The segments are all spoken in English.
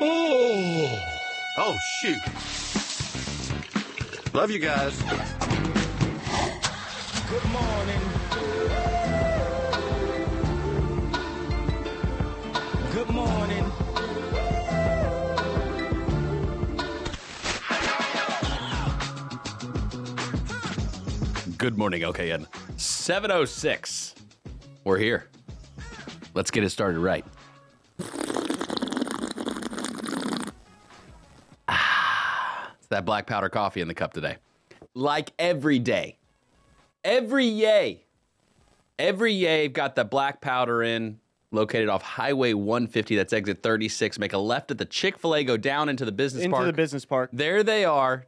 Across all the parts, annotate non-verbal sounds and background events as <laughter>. Oh, Oh, shoot. Love you guys. Good morning. Good morning. good morning, OKN. 706. We're here. Let's get it started right. Ah, it's that black powder coffee in the cup today. Like every day. Every yay. Every yay, got the black powder in, located off Highway 150. That's exit 36. Make a left at the Chick fil A, go down into the business into park. the business park. There they are.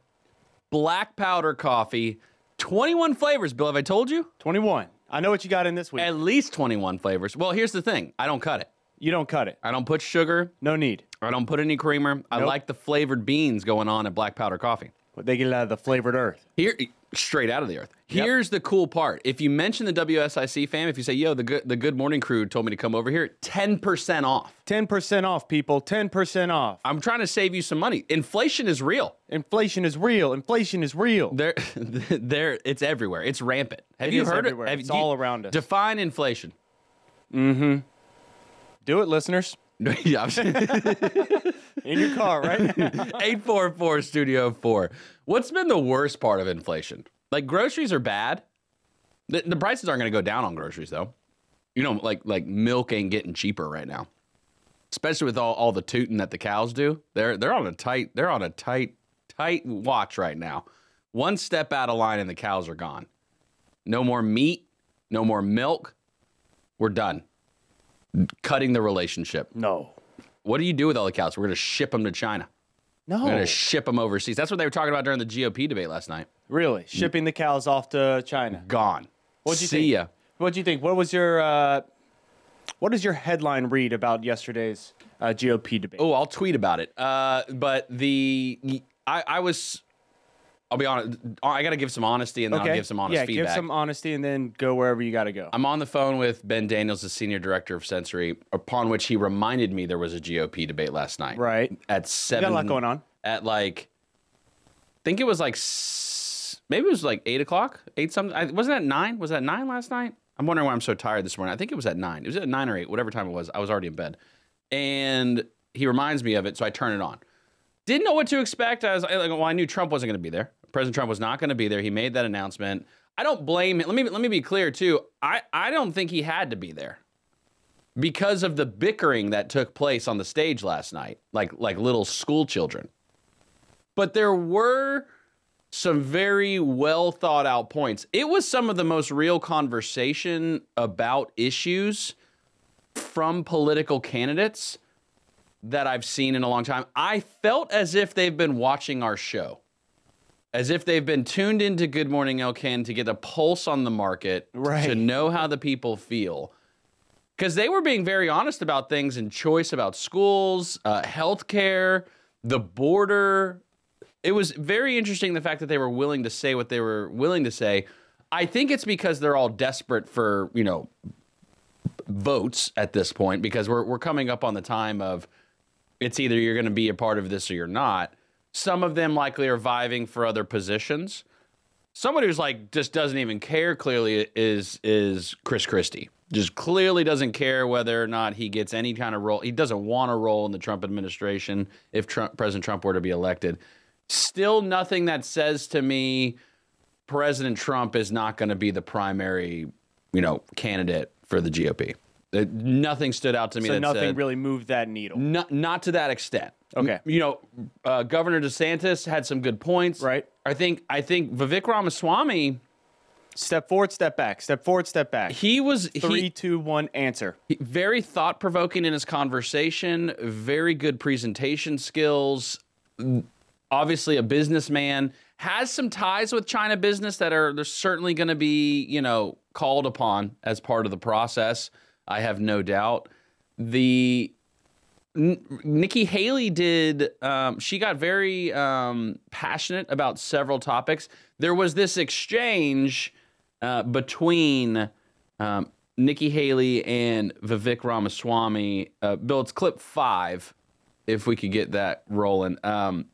Black powder coffee. 21 flavors, Bill. Have I told you? 21. I know what you got in this week. At least 21 flavors. Well, here's the thing I don't cut it. you don't cut it. I don't put sugar. No need. I don't put any creamer. I Nope. like the flavored beans going on at black powder coffee. But they get it out of the flavored earth. Here, straight out of the earth. Here's the cool part. If you mention the WSIC fam, if you say, yo, the good, the good morning crew told me to come over here, 10% off. 10% off, people. 10% off. I'm trying to save you some money. Inflation is real. Inflation is real. Inflation is real. There, <laughs> there, it's everywhere. It's rampant. Have It you is heard everywhere. it? Have- It's do you- all around us. Mm-hmm. Define inflation. Do it, listeners. <laughs> Yeah, I'm- In your car, right? <laughs> 844 Studio 4. What's been the worst part of inflation? Like groceries are bad. The, the prices aren't going to go down on groceries though. You know, like like milk ain't getting cheaper right now. Especially with all, all the tooting that the cows do. They're they're on a tight they're on a tight tight watch right now. One step out of line and the cows are gone. No more meat, no more milk. We're done. Cutting the relationship. no. What do you do with all the cows? We're going to ship them to China. We're No. going to ship them overseas. That's what they were talking about during the GOP debate last night. really? Shipping the cows off to China. Gone. What'd you See think? ya. What do you think? What was your uh, what does your headline read about yesterday's uh, GOP debate? Oh, I'll tweet about it. Uh, but the I, I was. I'll be honest. I got to give some honesty and then I'll give some honest yeah, feedback. give some honesty and then go wherever you got to go. I'm on the phone with Ben Daniels, the senior director of sensory, upon which he reminded me there was a GOP debate last night. right. At You got seven. a lot going on. At like, I think it was like, s- maybe it was like eight o'clock, eight something. I, wasn't that nine? Was that nine last night? I'm wondering why I'm so tired this morning. I think it was at nine. It was at nine or eight, whatever time it was. I was already in bed. And he reminds me of it, so I turn it on. Didn't know what to expect. I was I- like, well, I knew Trump wasn't going to be there. President Trump was not going to be there. He made that announcement. I don't blame him. Let me let me be clear too. I, I don't think he had to be there because of the bickering that took place on the stage last night, like like little school children. But there were some very well thought out points. It was some of the most real conversation about issues from political candidates that I've seen in a long time. I felt as if they've been watching our show. As if they've been tuned into Good Morning Elkan to get a pulse on the market, to Right. know how the people feel because they were being very honest about things and choice about schools, uh, healthcare, the border. It was very interesting the fact that they were willing to say what they were willing to say. I think it's because they're all desperate for you know votes at this point because we're we're coming up on the time of it's either you're going to be a part of this or you're not. Some of them likely are vying for other positions. Someone who's like just doesn't even care clearly is is Chris Christie. Just clearly doesn't care whether or not he gets any kind of role. He doesn't want a role in the Trump administration if Trump, President Trump were to be elected. Still nothing that says to me President Trump is not going to be the primary, you know, candidate for the GOP. Uh, Nothing stood out to me So that nothing said, really moved that needle. not not to that extent. Okay. You know, uh, Governor DeSantis had some good points. Right. I think I think Vivek Ramaswamy Step forward, step back. Step forward, step back. he was he- Three, two, one. answer. he, very thought provoking in his conversation. Very good presentation skills. Obviously, a businessman has some ties with China business that are they're certainly going to be you know called upon as part of the process. I have no doubt. The Nikki Haley did. Um, she got very um, passionate about several topics. There was this exchange uh, between um, Nikki Haley and Vivek Ramaswamy. Uh, Bill, it's clip five. if we could get that rolling. Um,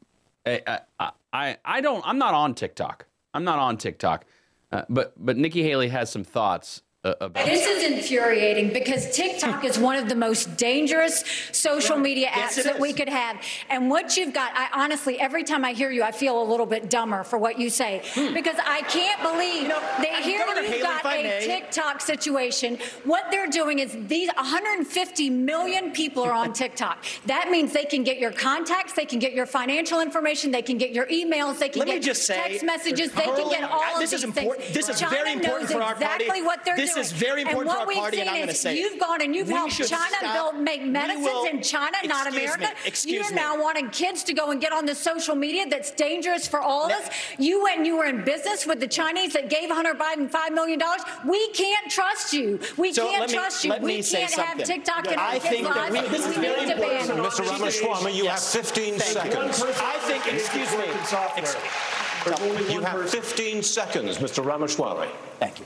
I, I- I, I, I don't. I'm not on TikTok. I'm not on TikTok. Uh, but but Nikki Haley has some thoughts uh, about. This is infuriating because TikTok is one of the most dangerous social media apps that we could have. And what you've got, I honestly, every time I hear you, I feel a little bit dumber for what you say because I can't believe that here Hmm. Governor you've Haley, got if I a may. TikTok situation. What they're doing is these 150 million people are <laughs> on TikTok. That means they can get your contacts, they can get your financial information, they can get your emails, they can Let get me just say, text messages, they can hurling- get all of this is these important- things. this is China very important knows for our party. exactly what they're This doing. is very important and what for our we've party, seen and I'm gonna is say it. you've gone and you've We helped should China stop- build make we medicines will- in China, not Excuse me, America. excuse You're me. now wanting kids to go and get on the social media that's dangerous for all of us. You went and you were in business with the Chinese that gave Hunter Biden five million dollars. We can't trust you. We So can't let me- trust you. let me We say can't have something. TikTok and I our kids' think that lives. we- this is very need to ban important, it. Mr. Ramaswamy, you have 15 seconds. I think, excuse me. ex- You have 15 seconds, Mr. Ramaswamy. Thank you.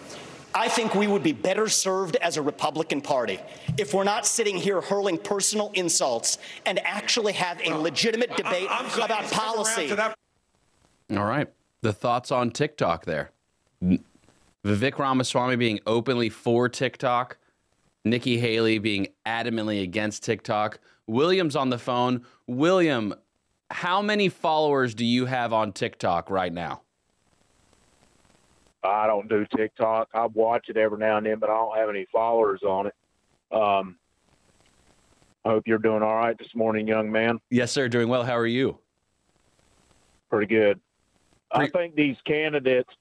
I think we would be better served as a Republican Party if we're not sitting here hurling personal insults and actually have Oh. a legitimate debate about policy. All right, the thoughts on TikTok there. N- Vivek Ramaswamy being openly for TikTok, Nikki Haley being adamantly against TikTok. William's on the phone. William, how many followers do you have on TikTok right now? I don't do TikTok. I watch it every now and then, but I don't have any followers on it. Um, I hope you're doing all right this morning, young man. Yes, sir. Doing well. How are you? Pretty good. I Pretty- think these candidates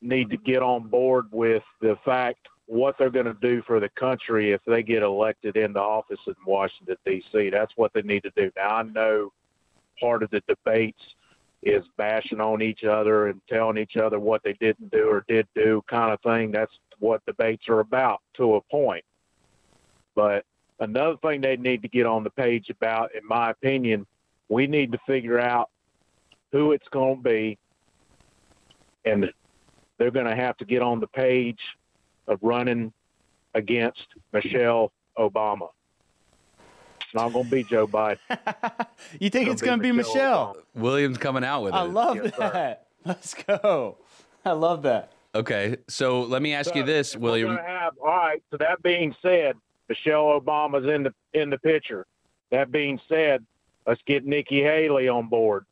need to get on board with the fact what they're going to do for the country if they get elected into office in Washington, D.C. That's what they need to do. Now, I know part of the debates is bashing on each other and telling each other what they didn't do or did do kind of thing. That's what debates are about to a point. But another thing they need to get on the page about, in my opinion, we need to figure out who it's going to be, and they're going to have to get on the page of running against Michelle Obama. It's not going to be Joe Biden. You think it's going to be Michelle? William's coming out with it. I love Yes, sir. that. <laughs> Let's go. I love that. okay, so let me ask you this, We're William. gonna have- all right. So that being said, Michelle Obama's in the in the picture. That being said, let's get Nikki Haley on board.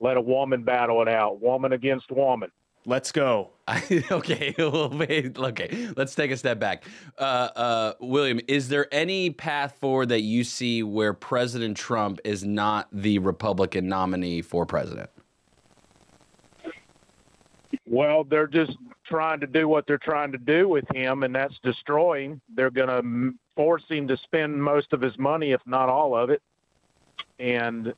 Let a woman battle it out, woman against woman. Let's go. I- <laughs> okay, well, wait, okay. Let's take a step back. Uh, uh, William, is there any path forward that you see where President Trump is not the Republican nominee for president? Well, they're just trying to do what they're trying to do with him, and that's destroy him. They're going to force him to spend most of his money, if not all of it. And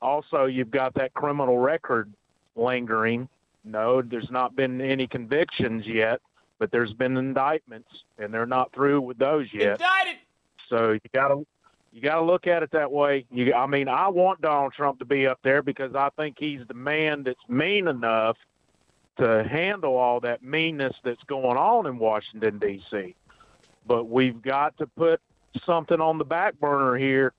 also, you've got that criminal record lingering. No, there's not been any convictions yet, but there's been indictments, and they're not through with those yet. So you got to you got to look at it that way. You, I mean, I want Donald Trump to be up there because I think he's the man that's mean enough to handle all that meanness that's going on in Washington D.C. But we've got to put something on the back burner here.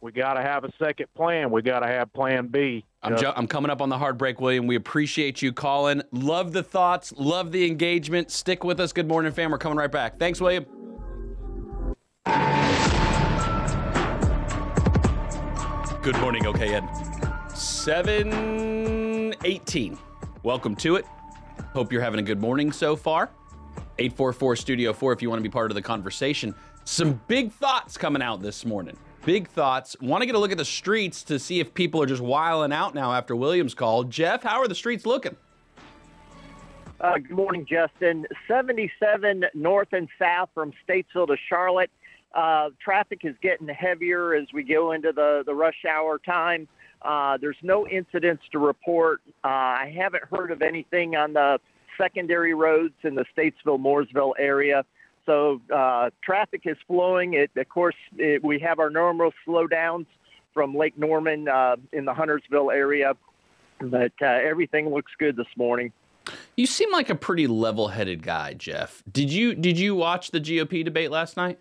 We got to have a second plan. We got to have Plan B. I'm, ju- I'm coming up on the hard break, William. We appreciate you calling. Love the thoughts, love the engagement. Stick with us. Good morning, fam. We're coming right back. Thanks, William. Good morning, okay, Ed. 718. Welcome to it. Hope you're having a good morning so far. 844 Studio 4 if you want to be part of the conversation. Some big thoughts coming out this morning. Big thoughts. Want to get a look at the streets to see if people are just wiling out now after Williams called. Jeff, how are the streets looking? Uh, good morning, Justin. 77 north and south from Statesville to Charlotte. Uh, traffic is getting heavier as we go into the, the rush hour time. Uh, there's no incidents to report. Uh, I haven't heard of anything on the secondary roads in the Statesville Mooresville area. So uh, traffic is flowing. It, of course, it, we have our normal slowdowns from Lake Norman uh, in the Huntersville area, but uh, everything looks good this morning. You seem like a pretty level-headed guy, Jeff. Did you did you watch the GOP debate last night?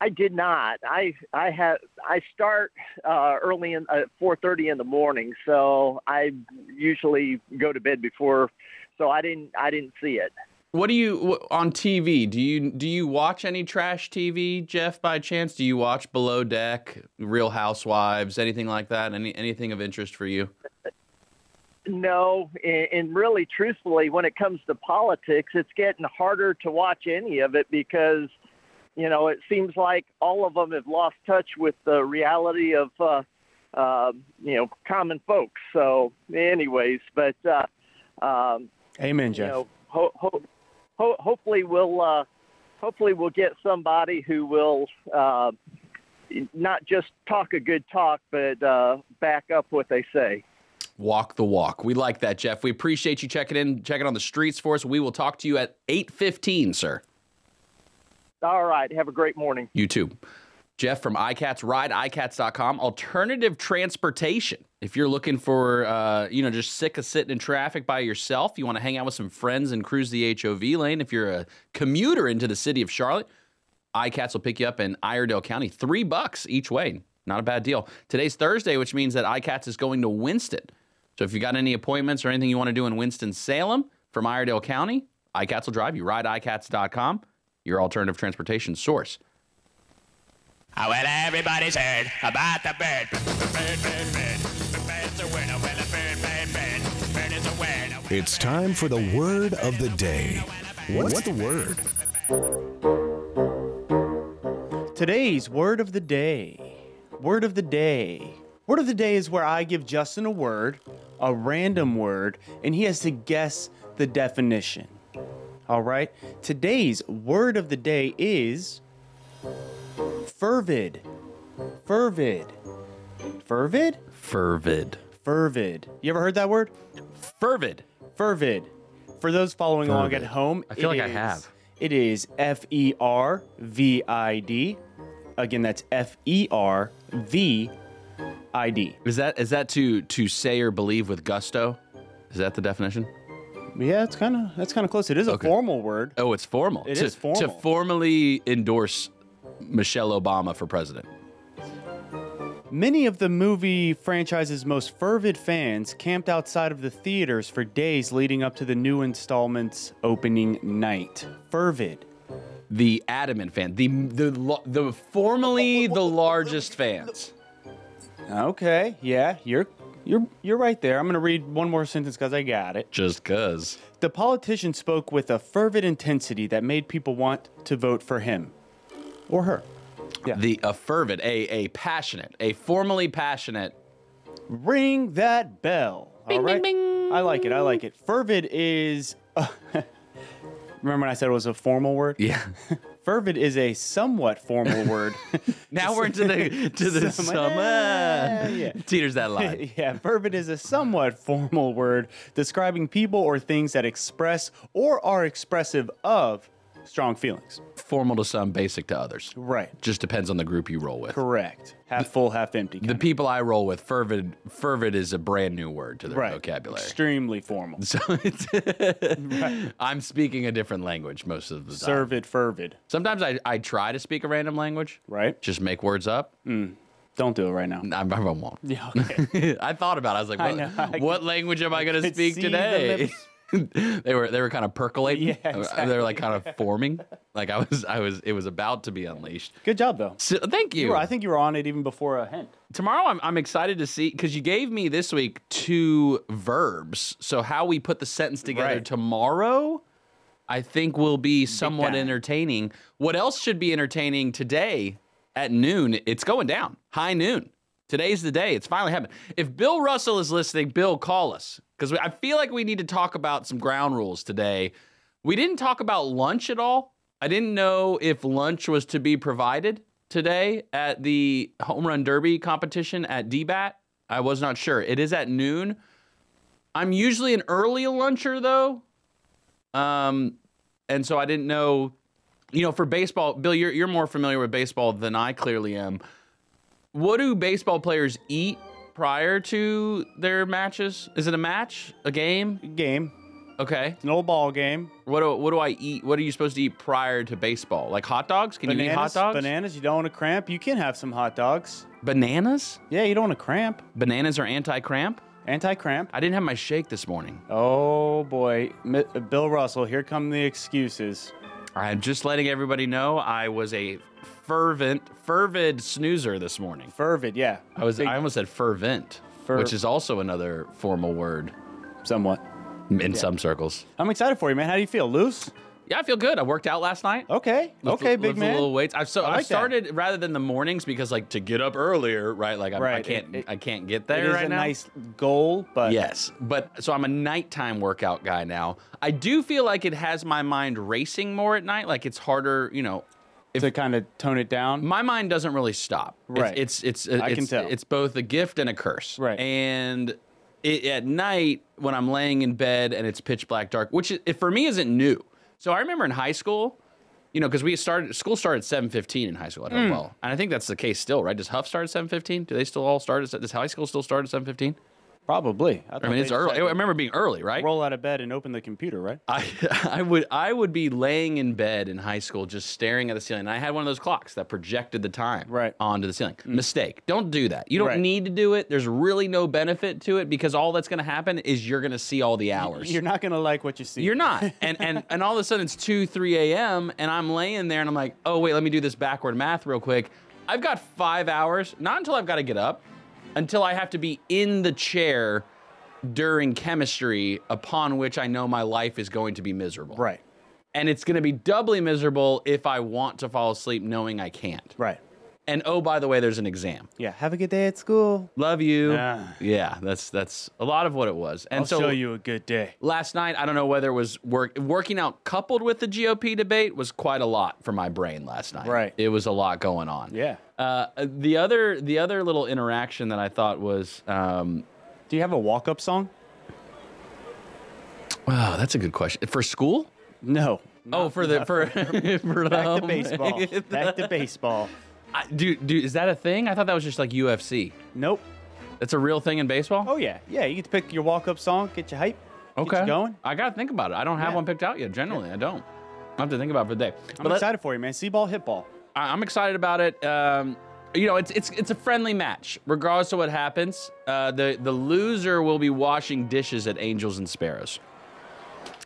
I did not. I I have I start uh, early in uh, 4:30 in the morning, so I usually go to bed before. So I didn't I didn't see it. What do you wh- on TV? Do you do you watch any trash TV, Jeff? By chance, do you watch Below Deck, Real Housewives, anything like that? Any anything of interest for you? No, and, and really, truthfully, when it comes to politics, it's getting harder to watch any of it because, you know, it seems like all of them have lost touch with the reality of, uh, uh, you know, common folks. So, anyways, but, uh, um, Amen, Jeff. you know, ho- ho- ho- hopefully we'll uh, hopefully we'll get somebody who will uh, not just talk a good talk, but uh, back up what they say. Walk the walk. We like that, Jeff. We appreciate you checking in, checking on the streets for us. We will talk to you at eight fifteen, sir. All right. Have a great morning. You too. Jeff from iCats Ride, iCats.com. Alternative transportation. If you're looking for, uh, you know, just sick of sitting in traffic by yourself, you want to hang out with some friends and cruise the HOV lane. If you're a commuter into the city of Charlotte, iCats will pick you up in Iredale County. Three bucks each way. Not a bad deal. Today's Thursday, which means that iCats is going to Winston. So if you got any appointments or anything you want to do in Winston-Salem from Iredale County, iCats will drive you. RideICats.com, your alternative transportation source. Oh, well, everybody's heard about the bird. The bird, bird, bird. The bird's a winner. Well, the bird, bird, bird. Bird is a winner. It's time for the word of the day. What's the word? Today's word of the day. Word of the day. Word of the day is where I give Justin a word, a random word, and he has to guess the definition. All right? Today's word of the day is fervid. Fervid. Fervid? Fervid. Fervid. You ever heard that word? Fervid. Fervid. For those following along at home, I feel it like I is- have. It is F E R V I D. Again, that's F E R V I D. Is that is that to to say or believe with gusto? Is that the definition? Yeah, it's kind of that's kind of close. It is a Okay. formal word. Oh, it's formal. It to, is formal. To formally endorse Michelle Obama for president. Many of the movie franchise's most fervid fans camped outside of the theaters for days leading up to the new installment's opening night. Fervid. The adamant fan, the the lo- the formally the largest fans. Okay, yeah, you're you're you're right there. I'm gonna read one more sentence because I got it. Just cuz. The politician spoke with a fervid intensity that made people want to vote for him or her. The a fervid, a a passionate, a formally passionate. Ring that bell. all right? I like it. I like it. Fervid is. <laughs> remember when I said it was a formal word? Yeah. <laughs> Fervid is a somewhat formal word. <laughs> Now we're into the to the <laughs> summer. Yeah. Teeters that line. <laughs> yeah, fervid is a somewhat formal word describing people or things that express or are expressive of strong feelings. Formal to some, basic to others. Right. Just depends on the group you roll with. Correct. Half full, half empty. The people I roll with, fervid, fervid is a brand new word to their right. vocabulary. Extremely formal. <laughs> Mm. So it's I'm speaking a different language most of the time. Servid, fervid. Sometimes I, I try to speak a random language, Right? just make words up. Don't do it right now. I, I won't. Yeah. Okay. <laughs> I thought about. it. I was like, I what, know. I what language am I, going to could speak see the today? lips. <laughs> they were they were kind of percolating. Yeah, They were like kind <laughs> of forming. Like I was I was it was about to be unleashed. Good job though. So thank you. You were- I think you were on it even before a hint. tomorrow I'm, I'm excited to see because you gave me this week two verbs so how we put the sentence together Right. tomorrow i think will be somewhat time. entertaining what else should be entertaining today at noon it's going down high noon today's the day it's finally happened if bill russell is listening bill call us because i feel like we need to talk about some ground rules today we didn't talk about lunch at all. I didn't know if lunch was to be provided today at the home run derby competition at DBAT. I was not sure. It is at noon. I'm usually an early luncher though. Um and so I didn't know you know for baseball, Bill, you're you're more familiar with baseball than I clearly am. What do baseball players eat prior to their matches? Is it a match? A game? Game. Okay. It's an old ball game. What do, what do I eat? What are you supposed to eat prior to baseball? Like hot dogs? Can you eat hot dogs? Bananas. You don't want to cramp. You can have some hot dogs. Bananas? Yeah, you don't want to cramp. Bananas are anti-cramp? Anti-cramp. I didn't have my shake this morning. Oh boy, Mi- Bill Russell. Here come the excuses. I'm Uh, just letting everybody know I was a fervent, fervid snoozer this morning. Fervid. Yeah. I was. I almost said fervent, Fer- which is also another formal word Somewhat. in some circles. I'm excited for you, man. How do you feel? Loose? Yeah, I feel good. I worked out last night. Okay. Lift- okay, big lift man. A little weights. I've so I I like have that. started rather than the mornings because like to get up earlier, right? Like I, I Right, can't it- it- I can't get It there is right a now. nice goal, but Yes, but so I'm a nighttime workout guy now. I do feel like it has my mind racing more at night. Like it's harder, you know. to kind of tone it down. My mind doesn't really stop. It's- Right. It's it's I it's, can tell. it's both a gift and a curse. Right. And it, at night when I'm laying in bed and it's pitch black dark, which is, it, for me isn't new. So I remember in high school, you know, because we started school started at seven fifteen in high school Mm. at Hopewell, and I think that's the case still, right? Does Huff start at seven fifteen? Do they still <laughs> all start at does high school still start at seven fifteen? Probably. I mean, it's early. I remember being early, right? Uh, Roll out of bed and open the computer, right? I, I would I would be laying in bed in high school just staring at the ceiling. And I had one of those clocks that projected the time Right. Mm. onto the ceiling. Mistake. Don't do that. You don't Right. need to do it. There's really no benefit to it because all that's going to happen is you're going to see all the <laughs> hours. You're not gonna like what you see. You're not. And and and all of a sudden it's 2 3 a.m. and I'm laying there and I'm like, "Oh wait, let me do this backward math real quick. I've got 5 hours, not until I've got to get up, until I have to be in the chair during chemistry upon which I know my life is going to be miserable." right. and it's going to be doubly miserable if I want to fall asleep knowing I can't. Right. And oh, by the way, there's an exam. <laughs> Yeah. Have a good day at school. Love you. Ah. Yeah, that's that's a lot of what it was. And I'll so show you a good day. last night, I don't know whether it was work working out coupled with the GOP debate was quite a lot for my brain last night. Right. It was a lot going on. Yeah. Uh, the other the other little interaction that I thought was um, Do you have a walk up song? wow, that's a good question. For school? No. oh, for the for, <laughs> for Back home. to <laughs> baseball. Back to baseball. I, dude, dude, is that a thing? I thought that was just like UFC. Nope. That's a real thing in baseball. Oh yeah. Yeah. You get to pick your walk up song, get you hype. Get you going. I gotta think about it. I don't have Yeah. one picked out yet. Generally, I don't. I have to think about it for the day. I'm But let- excited for you, man. See ball, hit ball. I- I'm excited about it. Um, you know, it's it's it's a friendly match, regardless of what happens. Uh, the the loser will be washing dishes at Angels and Sparrows.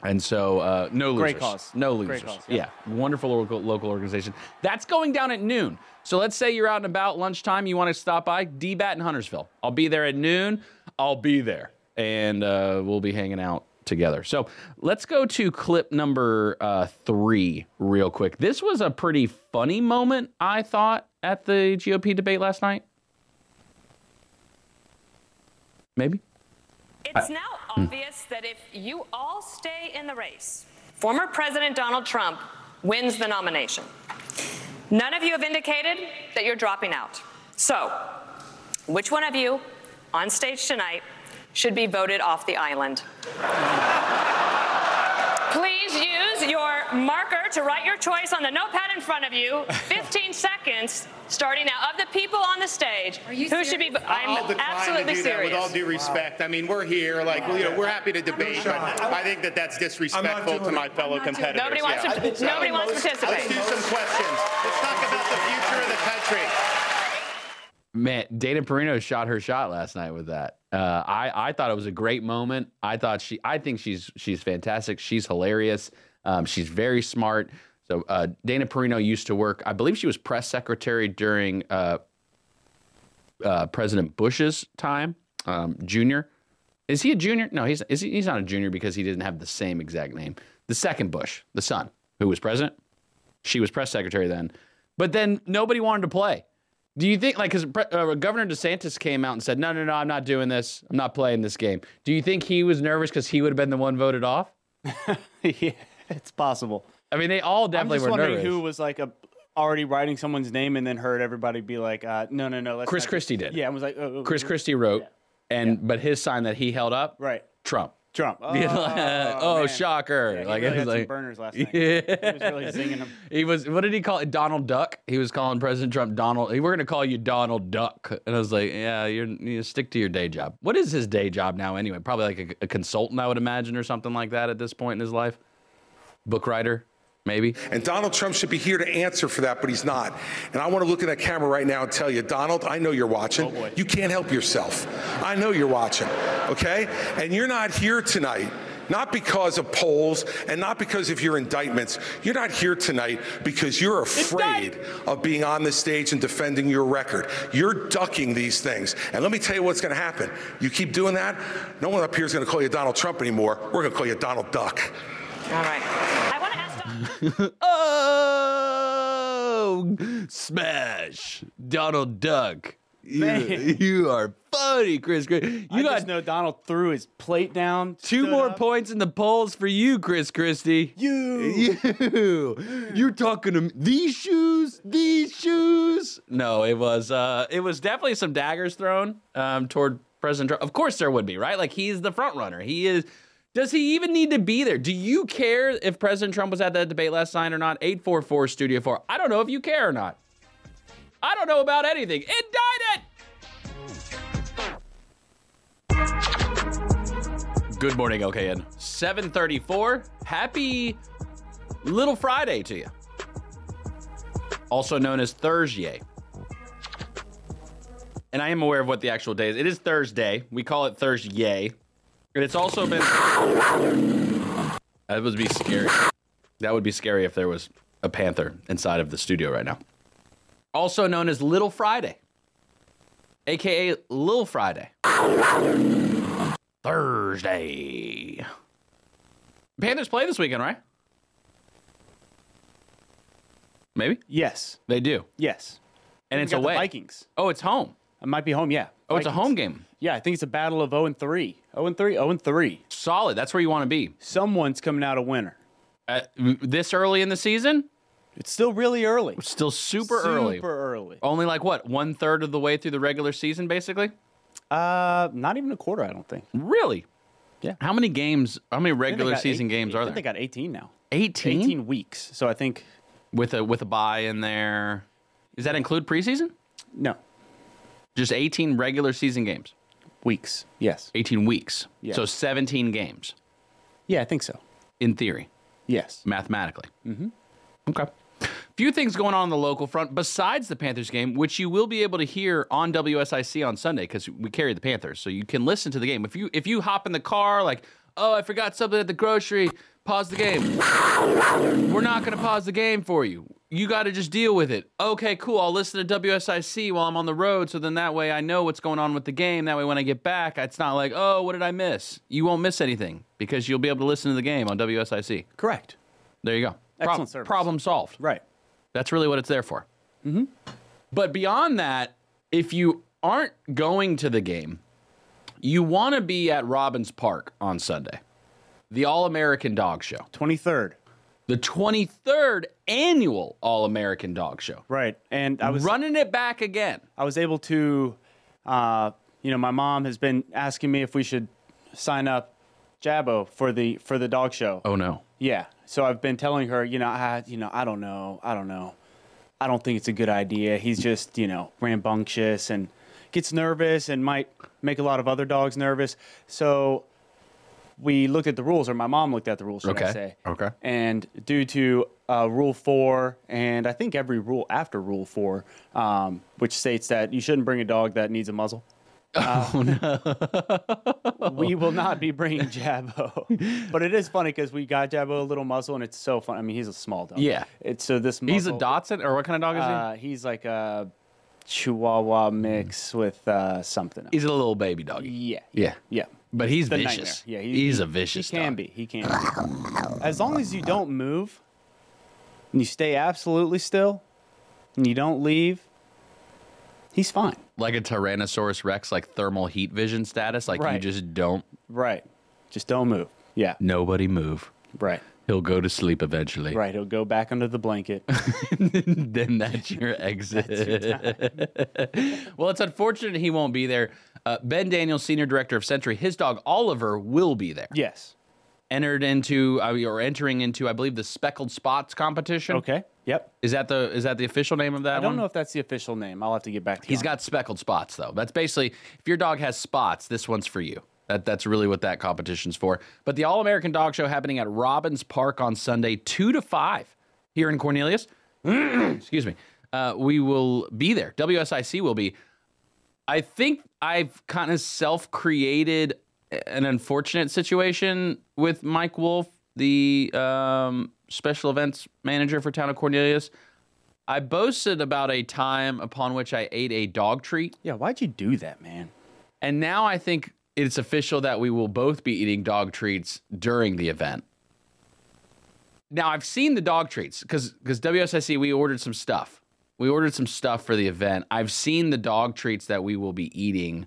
And so, uh, no losers. Great cause. No Great losers. cause, yeah. yeah. wonderful local, local organization. That's going down at noon. So let's say you're out and about lunchtime. You want to stop by DBAT in Huntersville. I'll be there at noon. I'll be there, and uh, we'll be hanging out together. So let's go to clip number uh, three real quick. This was a pretty funny moment, I thought, at the GOP debate last night. Maybe. It's now Hmm. obvious that if you all stay in the race, former President Donald Trump wins the nomination. None of you have indicated that you're dropping out. So, which one of you on stage tonight should be voted off the island? Please use your marker to write your choice on the notepad in front <laughs> of you. 15 seconds starting now of the people on the stage. Are you who should be? serious? I'm I'll decline Oh, absolutely to do that serious. with all due respect. I mean, we're here, like, you know, we're happy to debate, but I think that that's disrespectful to my fellow competitors. Nobody wants Yeah. to- I think so. nobody wants to Let's participate. do some questions. Let's talk about the future of the country. Man, Dana Perino shot her shot last night with that. Uh, I I thought it was a great moment. I thought she, I think she's she's fantastic. She's hilarious. Um, she's very smart. So uh, Dana Perino used to work. I believe she was press secretary during uh, uh, President Bush's time. Um, junior, is he a junior? No, he's is he, he's not a junior because he didn't have the same exact name. The second Bush, the son, who was president she was press secretary then. But then nobody wanted to play. Do you think, like, because uh, Governor DeSantis came out and said, no, no, no, I'm not doing this. I'm not playing this game. Do you think he was nervous because he would have been the one voted off? <laughs> yeah, it's possible. I mean, they all I'm definitely just were wondering nervous. who was like a, already writing someone's name and then heard everybody be like, uh, no, no, no. Let's Chris not do- Christie did. Yeah, I was like, oh, oh, Chris oh. Christie wrote, and but his sign that he held up, Right. Trump. <laughs> Trump. Oh, oh shocker! he like really it had was some like burners <laughs> last night. He was really zinging 'em. He was what did he call it? Donald Duck. He was calling President Trump Donald. We're gonna call you Donald Duck, and I was like, yeah, you're you stick to your day job. What is his day job now anyway? Probably like a, a consultant, I would imagine, or something like that at this point in his life. Book writer, maybe. And Donald Trump should be here to answer for that, but he's not. And I want to look at that camera right now and tell you, Donald, I know you're watching. you can't help yourself. I know you're watching, okay? And you're not here tonight. Not because of polls and not because of your indictments. You're not here tonight because you're afraid of being on the stage and defending your record. You're ducking these things. And let me tell you what's going to happen. You keep doing that, no one up here is going to call you Donald Trump anymore. We're going to call you Donald Duck. All right. I want to ask. <laughs> oh, smash, Donald Duck. You, Man. you are funny, Chris. Chris. <laughs> You I got just know Donald threw his plate down. Two more points in the polls for you, Chris Christie. You. You. You're talking to me. These shoes. These shoes. No, it was. Uh, it was definitely some daggers thrown um, toward President Trump. Of course, there would be, right? Like he's the front runner. He is. Does he even need to be there? Do you care if President Trump was at that debate last night or not? Eight four four Studio Four. I don't know if you care or not. I don't know about anything. Indict it. Good morning, OKN. 734. Happy Little Friday to you. Also known as Thursday. And I am aware of what the actual day is. It is Thursday. We call it Thursday. And it's also been That would be scary. That would be scary if there was a panther inside of the studio right now also known as Little Friday, aka Lil Friday. Thursday. Panthers play this weekend, right? Maybe. Yes. They do. Yes. And We it's got the away. Vikings. Oh, it's home. It might be home. Yeah. Oh, it's a Vikings. home game. Yeah, I think it's a battle of 0 and 3. 0 and 3, 0 and 3. Solid. That's where you want to be. Someone's coming out a winner. Uh, this early in the season? It's still really early. Still super, early. Super early. Only like what? One third of the way through the regular season, basically? Uh, not even a quarter, I don't think. Really? Yeah. How many games, how many I think they regular got season eight- games are I there? think they got 18 now. 18? 18 weeks. So I think with a with a buy in there. Does that include preseason? No. Just 18 regular season games. Weeks. Yes. 18 weeks. Yeah. So 17 games Yeah, I think so. in theory, Yes. mathematically. Mm-hmm. Okay. Few things going on on the local front besides the Panthers game, which you will be able to hear on WSIC on Sunday because we carry the Panthers, so you can listen to the game. If you if you hop in the car, like, oh, I forgot something at the grocery, pause the game. We're not going to pause the game for you. You got to just deal with it. Okay, cool. I'll listen to WSIC while I'm on the road. So then that way I know what's going on with the game. That way when I get back, it's not like, oh, what did I miss? You won't miss anything because you'll be able to listen to the game on WSIC. Correct. There you go. Excellent service. Problem solved. Right. That's really what it's there for. But beyond that, if you aren't going to the game, you want to be at Robbins Park on Sunday, the All American Dog Show. 23rd. The 23rd annual All American Dog Show. Right. And I was running it back again. I was able to, uh, you know, my mom has been asking me if we should sign up Jabbo for the for the dog show. Oh, no. Yeah. So I've been telling her, you know, I, you know, I don't know, I don't know, I don't think it's a good idea. He's just, you know, rambunctious and gets nervous and might make a lot of other dogs nervous. So we looked at the rules, or my mom looked at the rules, should I Okay. say? Okay. And due to uh, Rule Four, and I think every rule after Rule Four, um, which states that you shouldn't bring a dog that needs a <laughs> muzzle. Oh no! <laughs> we will not be bringing <laughs> Jabbo, but it is funny because we got Jabbo a little muzzle, and it's so fun. I mean, he's a small dog. Yeah. It's so this. Muzzle, He's a Dotson, or what kind of dog is Uh, he's like a Chihuahua mix with uh, something. Else. he? Mm. He's a little baby doggy. Yeah. Yeah. Yeah. But he's The nightmare. vicious. Yeah, Yeah, he- he's he- a vicious He can dog. be. He can be. As long as you don't move and you stay absolutely still and you don't leave, he's fine. Like a Tyrannosaurus Rex, like thermal heat vision status. Like you Right. just don't, Right. Just don't move. Yeah. nobody move. Right. He'll go to sleep eventually. Right. He'll go back under the <laughs> blanket. then that's your exit. well, it's unfortunate he won't be there. Uh, ben Daniels, senior director of Century, his dog Oliver will be there. Yes. Entered into uh, or entering into, I believe, the Speckled Spots competition. Okay. Yep. Is that the is that the official name of that? I don't one? know if that's the official name. I'll have to get back to you. He's got speckled spots though. That's basically if your dog has spots, this one's for you. That that's really what that competition's for. But the All American Dog Show happening at Robbins Park on Sunday, two to five, here in Cornelius. <clears throat> Excuse me. Uh, we will be there. WSIC will be. I think I've kind of self created an unfortunate situation with Mike Wolf, the um, special events manager for Town of Cornelius. I boasted about a time upon which I ate a dog treat. Yeah, why'd you do that, man? And now I think it's official that we will both be eating dog treats during the event. Now I've seen the dog treats because because WSIC we ordered some stuff. We ordered some stuff for the event. I've seen the dog treats that we will be eating.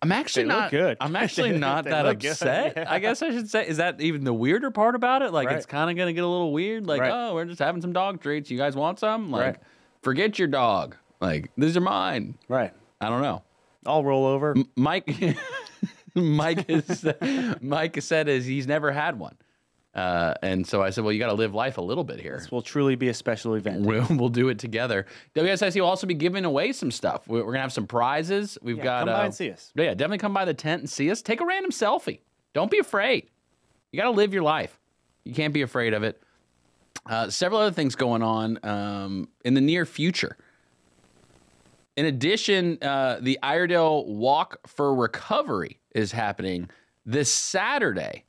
I'm actually They look not good. <laughs> I'm actually They not that look good, upset. yeah. I guess I should say is that even the weirder part about it? Like Right. it's kind of gonna get a little weird. Like Right. oh we're just having some dog treats. You guys want some? Like Right. forget your dog. Like these are mine. Right. I don't know. I'll roll over. M- Mike <laughs> Mike is <laughs> Mike has said is he's never had one. Uh, and so I said, well, you got to live life a little bit here. This will truly be a special event. <laughs> We'll, we'll do it together. WSIC will also be giving away some stuff. We're, we're gonna have some prizes. We've Yeah, got come by uh, and see us. Yeah, definitely come by the tent and see us. Take a random selfie. Don't be afraid. You got to live your life. You can't be afraid of it. Uh, several other things going on um, in the near future. In addition, uh, the Iredale Walk for Recovery is happening this Saturday,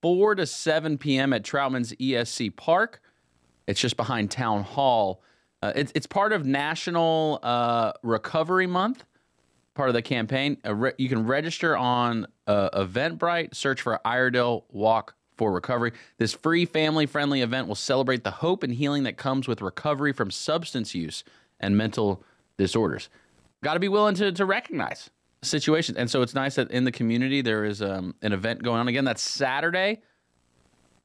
4 to 7 p.m. at Troutman's ESC Park. It's just behind Town Hall. Uh, it's, it's part of National uh, Recovery Month, part of the campaign. Uh, re- you can register on uh, Eventbrite, search for Iredale Walk for Recovery. This free family friendly event will celebrate the hope and healing that comes with recovery from substance use and mental disorders. Got to be willing to, to recognize situations. And so it's nice that in the community there is um, an event going on. Again, that's Saturday,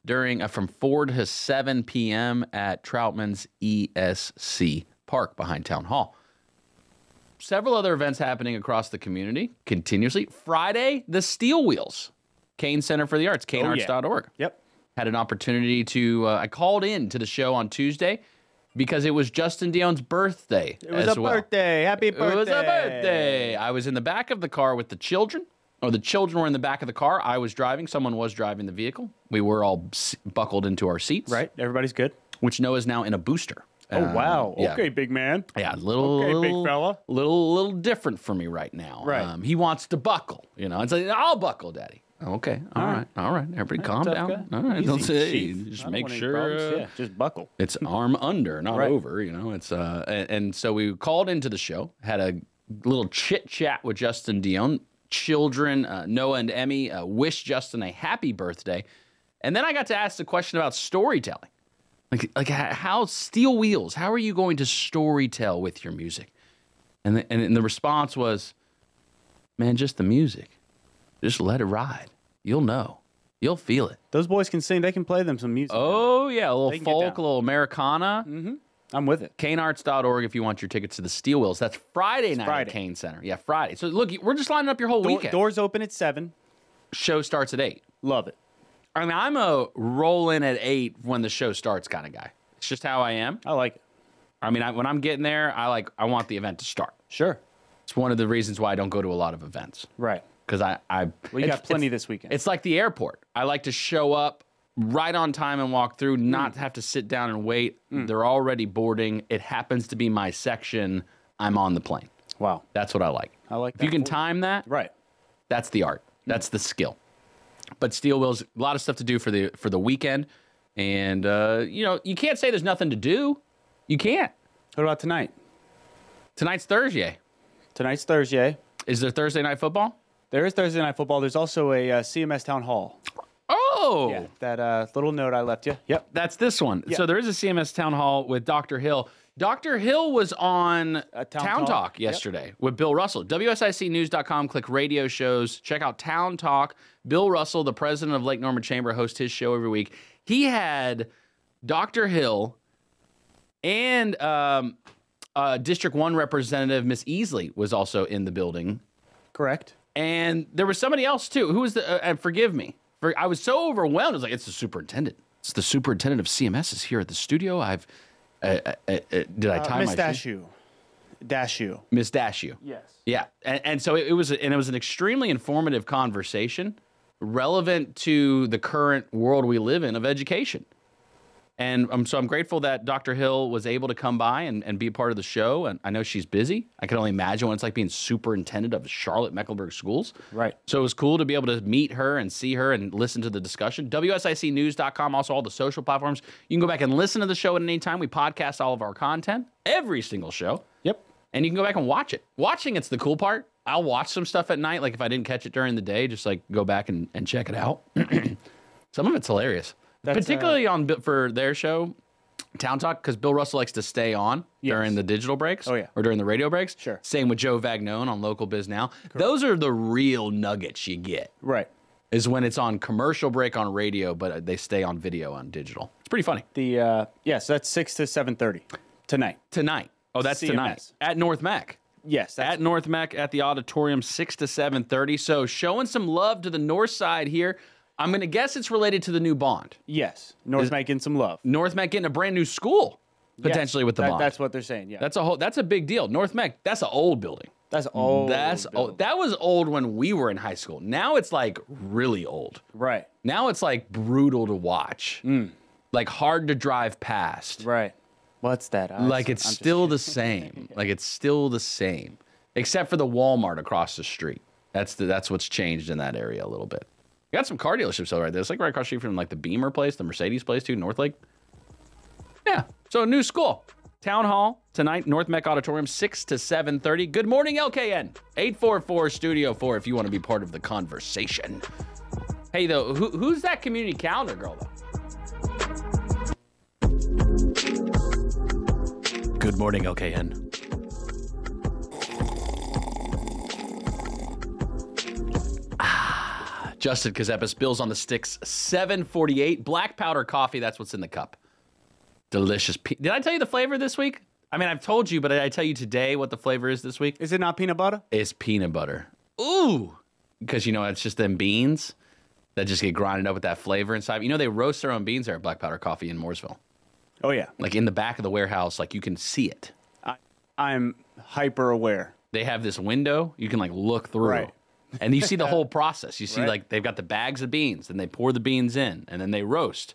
during uh, from 4 to 7 p.m. at Troutman's ESC Park behind Town Hall. Several other events happening across the community continuously. Friday, the Steel Wheels, Kane Center for the Arts, kanearts.org. Oh, Yep. Had an opportunity to, uh, I called in to the show on Tuesday because it was Justin Dion's birthday It was as a well. birthday. Happy birthday. It was a birthday. I was in the back of the car with the children, or the children were in the back of the car. I was driving. Someone was driving the vehicle. We were all s- buckled into our seats. Right. Everybody's good. Which Noah's now in a booster. Oh Um, wow. yeah. Okay, big man. Yeah, a little, Okay, big little- fella. little, little different for me right now. Um, Right. he wants to buckle. You know, it's like I'll buckle, Daddy. Oh, Okay, all right, all right. Everybody, calm Tough down. guy. All right, don't Easy, say. chief. I Just don't make want any sure. problems. uh, Yeah, just buckle. <laughs> it's arm under, not Right. over. You know, it's uh, and, and so we called into the show, had a little chit chat with Justin Dion. Children, uh, Noah and Emmy, uh, wish Justin a happy birthday, and then I got to ask the question about storytelling, like like h- how steel wheels. How are you going to storytell with your music? And the, and the response was, man, just the music, just let it ride. You'll know, you'll feel it. Those boys can sing. They can play them some music. Oh yeah, a They little can get folk, a down. little Americana. Mm-hmm. I'm with it. Canearts.org if you want your tickets to the Steel Wheels. That's Friday night Friday. at Kane Center. Yeah, Friday. So look, we're just lining up your whole Door- weekend. doors open at seven. show starts at eight. Love it. I mean, I'm a roll in at eight when the show starts kind of guy. It's just how I am. I like it. I mean, I, when I'm getting there, I like I want the event to start. Sure. It's one of the reasons why I don't go to a lot of events Right. because I I Well, you it's- got plenty it's- this weekend. It's like the airport. I like to show up right on time and walk through, not Mm. have to sit down and wait. They're already boarding. It happens to be my section. I'm on the plane. Wow. That's what I like. I like If you that can for you. time that, Right. Mm. that's the art. That's the skill. But steel wheels, a lot of stuff to do for the for the weekend, and uh, you know you can't say there's nothing to do. You can't. What about tonight? Tonight's Thursday. Tonight's Thursday. Is there Thursday night football? There is Thursday night football. There's also a uh, CMS town hall. Oh, Yeah. That uh, little note I left you. Yep. that's this one. Yeah. So there is a CMS town hall with Dr. Hill. Dr. Hill was on Town Town, Talk. Talk, yesterday with Bill Russell. WSICnews.com, click radio shows, check out Town Talk. Bill Russell, the president of Lake Norman Chamber, hosts his show every week. He had Dr. Hill and um, uh, District 1 representative Miss Easley was also in the building Correct. And there was somebody else too. Who was the? Uh, and forgive me. For, I was so overwhelmed. I was like, it's the superintendent. It's the superintendent of CMS is here at the studio. I've. Uh, uh, uh, did I Uh, time Miss my shoe? Dashew. Dashew. Miss Dashew. Yes. Yeah, and, and so it, it was, and it was an extremely informative conversation, relevant to the current world we live in of education. And um, so I'm grateful that Dr. Hill was able to come by and, and be a part of the show. And I know she's busy. I can only imagine what it's like being superintendent of Charlotte Mecklenburg Schools. Right. So it was cool to be able to meet her and see her and listen to the discussion. WSICnews.com, also all the social platforms. You can go back and listen to the show at any time. We podcast all of our content, every single show. Yep. And you can go back and watch it. Watching it's the cool part. I'll watch some stuff at night. Like if I didn't catch it during the day, just like go back and, and check it out. <clears throat> Some of it's hilarious, particularly on on for their show, Town Talk, because Bill Russell likes to stay on during the digital breaks. Oh yeah, or during the radio breaks. Sure. Same with Joe Vagnone on Local Biz Now. Those are the real nuggets you get. Right. Is when it's on commercial break on radio, but uh, they stay on video on digital. It's pretty funny. The uh, yeah, so that's six to seven thirty tonight. Tonight. Oh, that's tonight CMS. at North Mac. Yes, at North Mac at the auditorium, six to seven thirty. So showing some love to the North Side here. I'm gonna guess it's related to the new bond. Yes, North Is- Mac getting some love. North Mac getting a brand new school Yes, potentially with the that- bond. That's what they're saying. Yeah, That's a whole. That's a big deal. North Mac. That's an old building. That's old That's old. That was old when we were in high school. Now it's like really old. Right. Mm. Now it's like brutal to watch. Like hard to drive past. Right. What's that? I- Like it's I'm just- still <laughs> the same. Like it's still the same, except for the Walmart across the street. That's the, that's what's changed in that area a little bit. We got some car dealerships over right there. It's like right across the street from like the Beamer place, the Mercedes place too, Northlake. Yeah. So new school. Town hall tonight, North Mech Auditorium, 6 to 7.30. Good morning, LKN. 844 Studio 4 if you want to be part of the conversation. Hey, though, who, who's that community calendar girl, though? Good morning, LKN. Ah, Justin Kazepis, Bills on the Sticks, 748. Black powder coffee, that's what's in the cup. Delicious. Pe- Did I tell you the flavor this week? I mean, I've told you, but did I tell you today what the flavor is this week? Is it not peanut butter? It's peanut butter. Ooh! Because, you know, it's just them beans that just get grinded up with that flavor inside. You know, they roast their own beans there at Black Powder Coffee in Mooresville. Oh yeah, Like in the back of the warehouse, like you can see it. I, I'm hyper aware. they have this window you can like look through Right. and you see <laughs> the whole process you see Right. like they've got the bags of beans and they pour the beans in and then they roast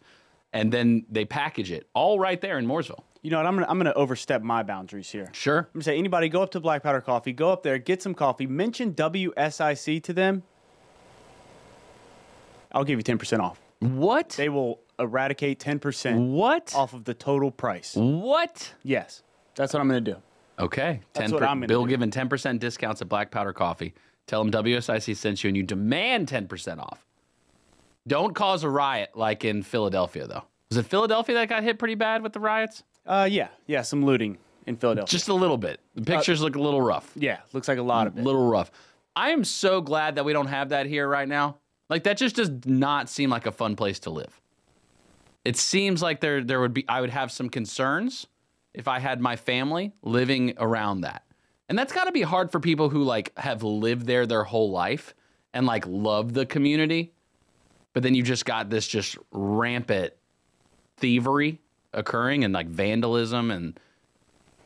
and then they package it all right there in mooresville You know what? I'm gonna I'm gonna overstep my boundaries here. Sure. I'm gonna say anybody go up to Black Powder Coffee, go up there, get some coffee, mention WSIC to them. I'll give you ten percent off. What? They will eradicate ten percent. What? Off of the total price. What? Yes, that's what I'm gonna do. okay 10 That's what I'm gonna bill do. giving 10% discounts at black powder coffee tell them wsic sent you and you demand 10% off don't cause a riot like in philadelphia though was it philadelphia that got hit pretty bad with the riots Uh, yeah, yeah, some looting in Philadelphia. Uh, Just a little bit. The pictures look a little rough. Yeah, looks like a lot of it. Little rough. I am so glad that we don't have that here right now. Like that just does not seem like a fun place to live. It seems like there there would be I would have some concerns if I had my family living around that. And that's got to be hard for people who like have lived there their whole life and like love the community. But then you just got this just rampant thievery occurring and like vandalism and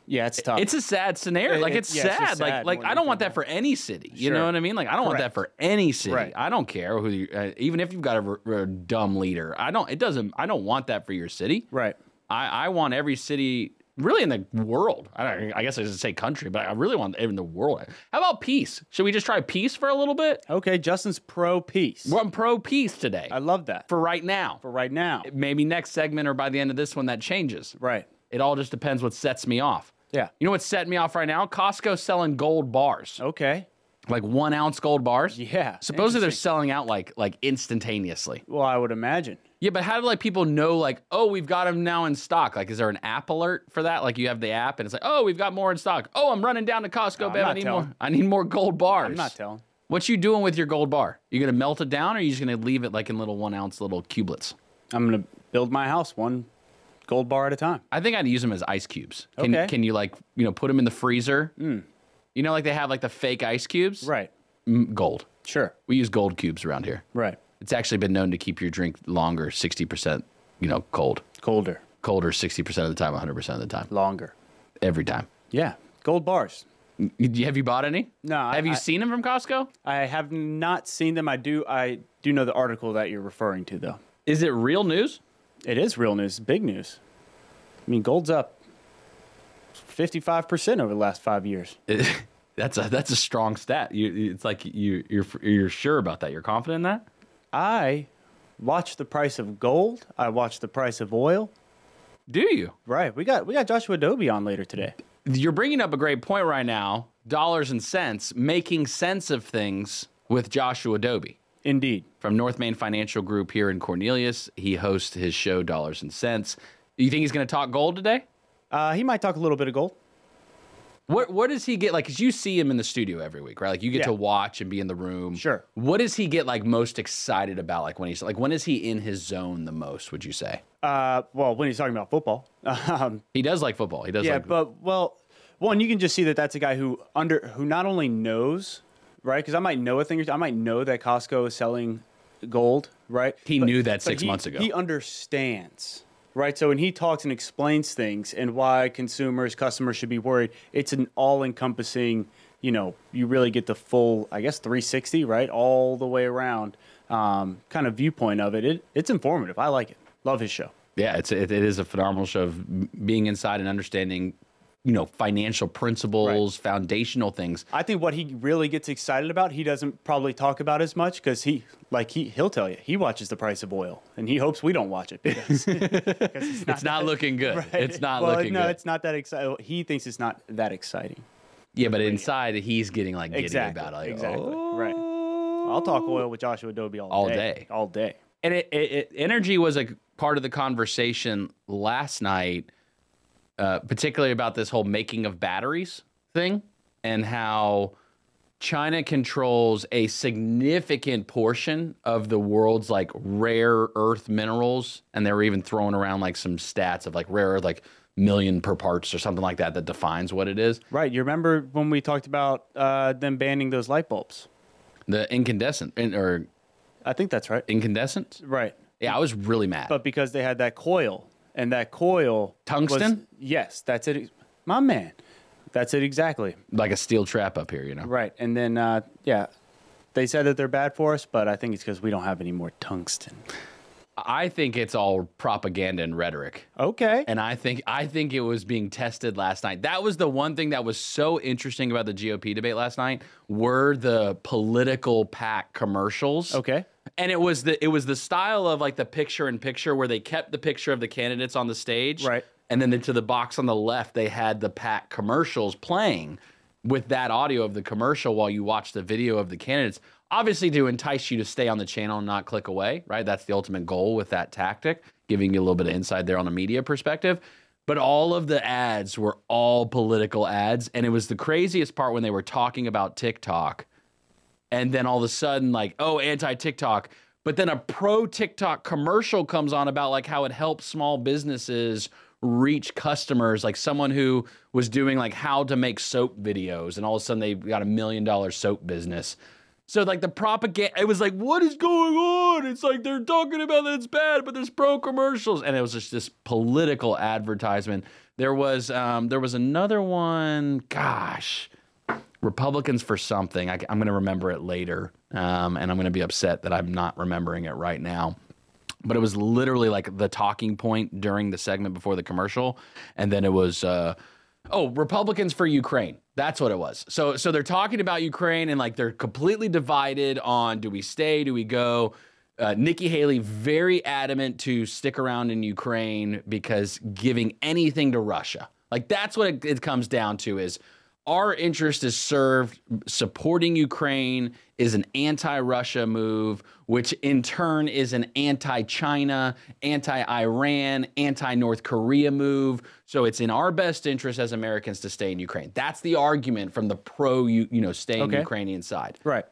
yeah, it's tough. It's a sad scenario. It- like it- it's, yeah, it's sad. just sad Like more like than I don't want that for any city. You know Sure. what I mean? Like I don't want that for any city. I don't care who you, uh, even if you've got a, r- r- dumb leader. I don't it doesn't I don't want that for your city. Right. I I want every city really in the world. I don't I guess I should say country, but I really want it in the world. How about peace? Should we just try peace for a little bit? Okay, Justin's pro peace. Well, I'm pro peace today. I love that. For right now. For right now. Maybe next segment or by the end of this one that changes. Right. It all just depends what sets me off. Yeah. You know what's setting me off right now? Costco selling gold bars. Okay. Like one ounce gold bars. Yeah. Supposedly they're selling out like like instantaneously. Well, I would imagine. Yeah, but how do like people know like oh we've got them now in stock? Like is there an app alert for that? Like you have the app and it's like oh we've got more in stock. Oh I'm running down to Costco, I'm babe. I not need telling. more. I need more gold bars. I'm not telling. What you doing with your gold bar? You gonna melt it down or you just gonna leave it like in little one ounce little cubelets? I'm gonna build my house one gold bar at a time. I think I'd use them as ice cubes. Can, Okay. Mm, can you like you know put them in the freezer? You know, like they have like the fake ice cubes. Right. mm, gold. Sure. We use gold cubes around here. Right. It's actually been known to keep your drink longer, 60%, you know, cold. Colder. Colder 60% of the time, 100% of the time. Longer. Every time. Yeah. Gold bars. Have you bought any? No. Have you seen them from Costco? I have not seen them. I do. I do know the article that you're referring to, though. Is it real news? It is real news. Big news. I mean, gold's up fifty-five percent over the last five years. <laughs> That's a that's a strong stat. You, it's like you you're you're sure about that. You're confident in that. I watch the price of gold. I watch the price of oil. Do you? Right. We got we got Joshua Adobe on later today. You're bringing up a great point right now. Dollars and cents, making sense of things with Joshua Adobe. Indeed. From North Main Financial Group here in Cornelius, he hosts his show Dollars and Cents. You think he's going to talk gold today? Uh, he might talk a little bit of gold. What what does he get like? Cause you see him in the studio every week, right? Like you get Yeah. to watch and be in the room. Sure. What does he get like most excited about? Like when he's like when is he in his zone the most? Would you say Uh, well, when he's talking about football, <laughs> um, he does like football? He does. yeah, like, but well, one you can just see that that's a guy who under who not only knows, right? Because I might know a thing or two. I might know that Costco is selling gold, right? He knew that but six he- months ago. He understands, right? So when he talks and explains things and why consumers, customers should be worried, it's an all-encompassing. You know, you really get the full, I guess, 360, right, all the way around um, kind of viewpoint of it. it. It's informative. I like it. Love his show. yeah, it's it, it is a phenomenal show of being inside and understanding, you know, financial principles, foundational things. I think what he really gets excited about, he doesn't probably talk about as much because he, like he, he'll tell you he watches the price of oil and he hopes we don't watch it. <laughs> Because, It's not, <laughs> looking good. <laughs> It's not well, looking no, good. it's not that exciting. He thinks it's not that exciting. Yeah, but inside he's getting like giddy exactly. about it. Like, exactly. "Oh." Right. I'll talk oil with Joshua Adobe all, All day. All day. and it, it, it energy was a part of the conversation last night uh, particularly about this whole making of batteries thing and how china controls a significant portion of the world's like rare earth minerals and they were even throwing around like some stats of like rare earth, like million per parts or something like that that defines what it is Right. You remember when we talked about uh, them banning those light bulbs? the incandescent in- or I think that's right. incandescent Right. yeah i was really mad But because they had that coil and that coil was- Tungsten? yes, that's it. My man. That's it exactly. like a steel trap up here you know Right. And then, uh, yeah, they said that they're bad for us, but I think it's because we don't have any more tungsten. I think it's all propaganda and rhetoric. Okay. And I think I think it was being tested last night. That was the one thing that was so interesting about the GOP debate last night were the political pack commercials. Okay. And it was the it was the style of like the picture in picture where they kept the picture of the candidates on the stage. Right. And then to the box on the left they had the pack commercials playing with that audio of the commercial while you watch the video of the candidates. Obviously to entice you to stay on the channel and not click away, right? That's the ultimate goal with that tactic, giving you a little bit of insight there on a media perspective. But all of the ads were all political ads. And it was the craziest part when they were talking about TikTok and then all of a sudden like oh anti TikTok but then a pro TikTok commercial comes on about like how it helps small businesses reach customers like someone who was doing like how to make soap videos and all of a sudden they got a million dollar soap business so like the propaganda it was like what is going on it's like they're talking about that it's bad but there's pro commercials and it was just this political advertisement there was um there was another one gosh Republicans for something. I, am going to remember it later, um, and I'm going to be upset that I'm not remembering it right now. But it was literally like the talking point during the segment before the commercial, and then it was, uh, oh, Republicans for Ukraine. That's what it was. So, so they're talking about Ukraine and like they're completely divided on do we stay, do we go. Uh, Nikki Haley very adamant to stick around in Ukraine because giving anything to Russia, like that's what it, it comes down to is our interest is served supporting Ukraine is an anti-Russia move, which in turn is an anti-China, anti-Iran, anti-North Korea move. So it's in our best interest as Americans to stay in Ukraine. That's the argument from the pro you you know stay in Okay. Ukrainian side. Right.